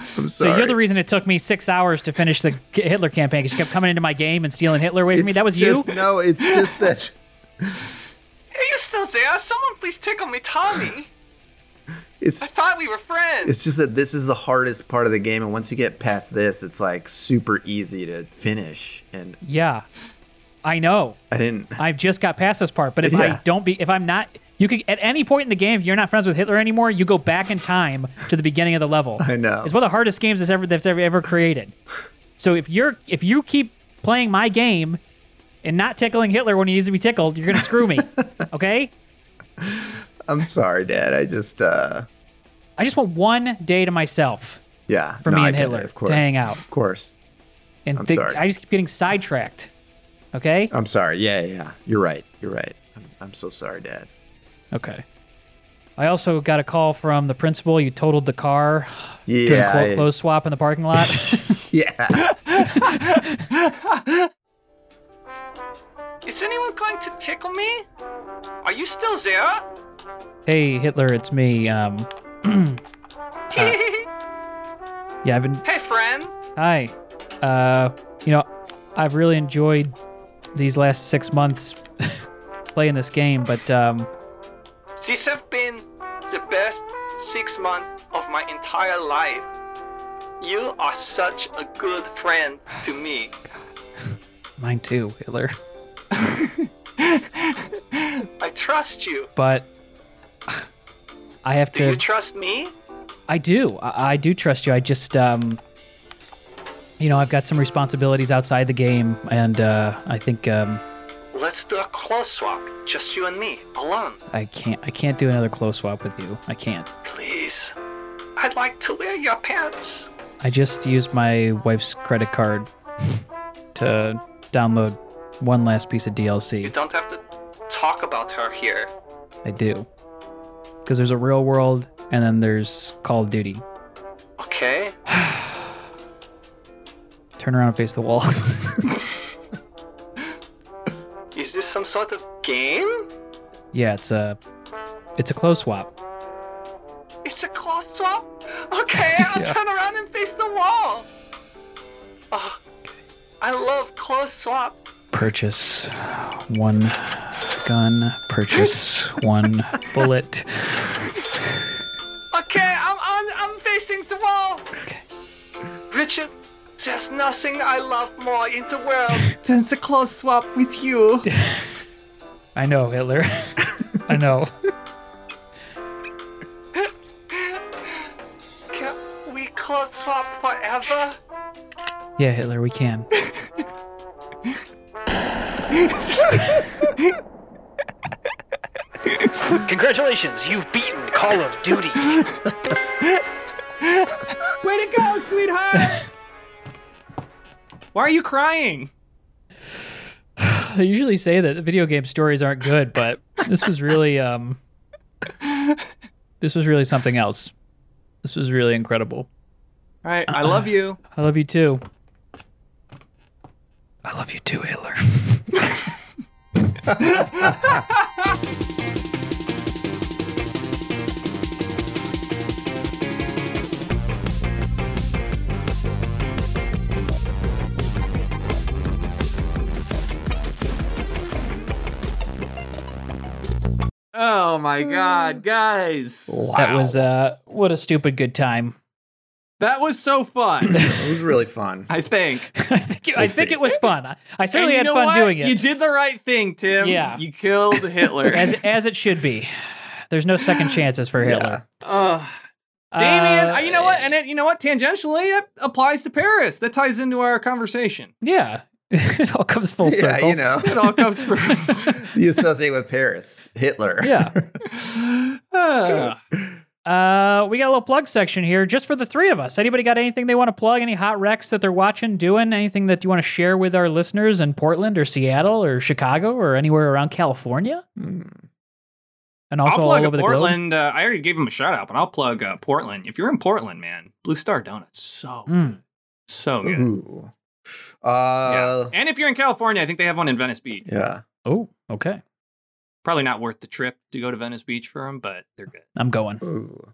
Speaker 3: I'm sorry.
Speaker 1: so you're the reason it took me six hours to finish the Hitler campaign because you kept coming into my game and stealing Hitler away from me.
Speaker 3: It's
Speaker 1: That was
Speaker 3: just,
Speaker 1: you.
Speaker 3: No, it's just that
Speaker 4: Are you still there? Someone please tickle me tummy. I
Speaker 3: it's
Speaker 4: thought we were friends.
Speaker 3: it's just that this is the hardest part of the game, and once you get past this, it's like super easy to finish. And
Speaker 1: Yeah, I know.
Speaker 3: I didn't.
Speaker 1: I've just got past this part, but if I
Speaker 3: Yeah.
Speaker 1: don't be, if I'm not, you could at any point in the game, if you're not friends with Hitler anymore, you go back in time to the beginning of the level.
Speaker 3: I know.
Speaker 1: It's one of the hardest games that's ever that's ever ever created. So if you're if you keep playing my game and not tickling Hitler when he needs to be tickled, you're gonna screw me. okay?
Speaker 3: I'm sorry, Dad. I just uh
Speaker 1: I just want one day to myself
Speaker 3: yeah.
Speaker 1: For
Speaker 3: no,
Speaker 1: me
Speaker 3: I
Speaker 1: and
Speaker 3: get it,
Speaker 1: Hitler
Speaker 3: of course.
Speaker 1: to hang out.
Speaker 3: Of course.
Speaker 1: and
Speaker 3: I'm
Speaker 1: think-
Speaker 3: sorry.
Speaker 1: I just keep getting sidetracked. Okay?
Speaker 3: I'm sorry. Yeah, yeah, yeah. You're right. You're right. I'm, I'm so sorry, Dad.
Speaker 1: Okay. I also got a call from the principal. You totaled the car doing
Speaker 3: Yeah.
Speaker 1: clo-
Speaker 3: I-
Speaker 1: clothes swap in the parking lot.
Speaker 3: yeah.
Speaker 4: Is anyone going to tickle me? Are you still there?
Speaker 1: Hey Hitler, it's me. Um, yeah, I've been.
Speaker 4: hey, friend.
Speaker 1: Hi. Uh, you know, I've really enjoyed these last six months playing this game, but um,
Speaker 4: These have been the best six months of my entire life. You are such a good friend to me.
Speaker 1: mine too, Hitler.
Speaker 4: I trust you.
Speaker 1: But I have
Speaker 4: Do you
Speaker 1: to.
Speaker 4: trust me?
Speaker 1: I do. I, I do trust you. I just, um, you know, I've got some responsibilities outside the game, and uh, I think um,
Speaker 4: Let's do a close swap. Just you and me, alone.
Speaker 1: I can't. I can't do another close swap with you. I can't.
Speaker 4: Please. I'd like to wear your pants.
Speaker 1: I just used my wife's credit card to download one last piece of
Speaker 4: You
Speaker 1: DLC.
Speaker 4: don't have to talk about her here.
Speaker 1: I do. Because there's a real world and then there's Call of Duty.
Speaker 4: Okay?
Speaker 1: Turn around and face the wall.
Speaker 4: Is this some sort of game?
Speaker 1: yeah, it's a it's a close swap.
Speaker 4: It's a close swap? Okay, I'll
Speaker 1: Yeah.
Speaker 4: turn around and face the wall. Oh, I love close swap.
Speaker 1: Purchase one gun, purchase one bullet.
Speaker 4: Okay, I'm on, I'm facing the wall. Richard, there's nothing I love more in the world.
Speaker 2: Since a close swap with you.
Speaker 1: I know, Hitler. I know.
Speaker 4: Can we close swap forever?
Speaker 1: Yeah, Hitler, we can.
Speaker 6: Congratulations, you've beaten Call of Duty.
Speaker 2: Way to go, sweetheart! Why are you crying?
Speaker 1: I usually say that video game stories aren't good, but this was really um this was really something else. This was really incredible.
Speaker 2: All right, I love you.
Speaker 1: I love you too. I love you too, Hitler.
Speaker 2: Oh my god, guys.
Speaker 1: That was uh what a stupid good time.
Speaker 2: That was so fun.
Speaker 3: It was really fun.
Speaker 2: I think.
Speaker 1: I think it, I
Speaker 3: We'll
Speaker 1: think
Speaker 3: see.
Speaker 1: it was fun. I, I certainly
Speaker 2: And
Speaker 1: had
Speaker 2: you know
Speaker 1: fun
Speaker 2: what?
Speaker 1: doing it.
Speaker 2: You did the right thing, Tim.
Speaker 1: Yeah.
Speaker 2: You killed Hitler.
Speaker 1: as as it should be. There's no second chances for Hitler.
Speaker 2: Ugh.
Speaker 1: Uh,
Speaker 2: Damien, uh, you know what? And it, you know what? Tangentially, it applies to Paris. That ties into our conversation.
Speaker 1: Yeah, it all comes full
Speaker 3: yeah,
Speaker 1: circle.
Speaker 3: you know,
Speaker 2: It all comes first.
Speaker 3: you associate with Paris, Hitler.
Speaker 1: Yeah.
Speaker 2: Ugh.
Speaker 1: Uh, we got a little plug section here just for the three of us. Anybody got anything they want to plug? Any hot wrecks that they're watching, doing? Anything that you want to share with our listeners in Portland or Seattle or Chicago or anywhere around California?
Speaker 3: Hmm.
Speaker 1: And also
Speaker 2: I'll
Speaker 1: all
Speaker 2: plug
Speaker 1: over the globe.
Speaker 2: Portland. Uh, I already gave him a shout out, but I'll plug uh, Portland. If you're in Portland, man, Blue Star Donuts, so
Speaker 1: Mm.
Speaker 2: so good.
Speaker 3: Ooh. Uh,
Speaker 2: And if you're in California, I think they have one in Venice Beach.
Speaker 3: yeah.
Speaker 1: Oh, okay.
Speaker 2: Probably not worth the trip to go to Venice Beach for them, but they're good.
Speaker 1: I'm going
Speaker 3: Ooh.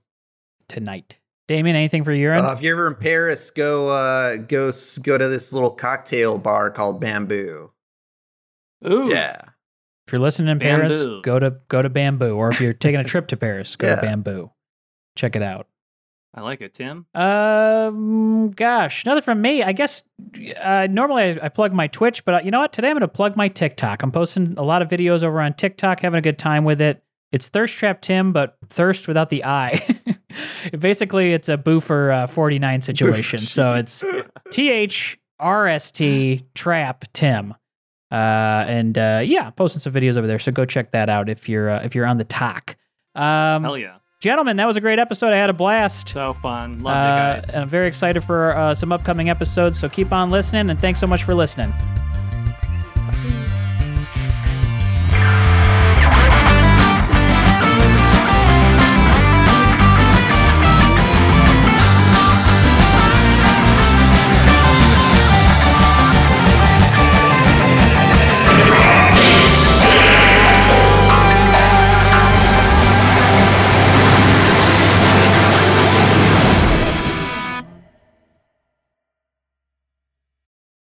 Speaker 1: tonight. Damien, anything for your end?
Speaker 3: Uh, if you're ever in Paris, go uh, go s- go to this little cocktail bar called Bamboo.
Speaker 2: Ooh,
Speaker 3: Yeah,
Speaker 1: if you're listening in Paris,
Speaker 2: Bamboo.
Speaker 1: go to go to Bamboo. Or if you're taking a trip to Paris, go to
Speaker 3: Yeah.
Speaker 1: Bamboo. Check it out.
Speaker 2: I like it, Tim.
Speaker 1: Um, gosh, nothing from me. I guess uh, normally I, I plug my Twitch, but uh, you know what? Today I'm going to plug my TikTok. I'm posting a lot of videos over on TikTok, having a good time with it. It's Thirst Trap Tim, but thirst without the I. Basically, it's a boofer uh, 49 situation. so it's T H R S T Trap Tim. Uh, and uh, yeah, posting some videos over there. So go check that out if you're uh, if you're on the talk.
Speaker 2: Hell
Speaker 1: Um,
Speaker 2: yeah,
Speaker 1: gentlemen, that was a great episode. I had a blast.
Speaker 2: so fun. Love
Speaker 1: Uh,
Speaker 2: you guys.
Speaker 1: and I'm very excited for uh, some upcoming episodes. So keep on listening, and thanks so much for listening.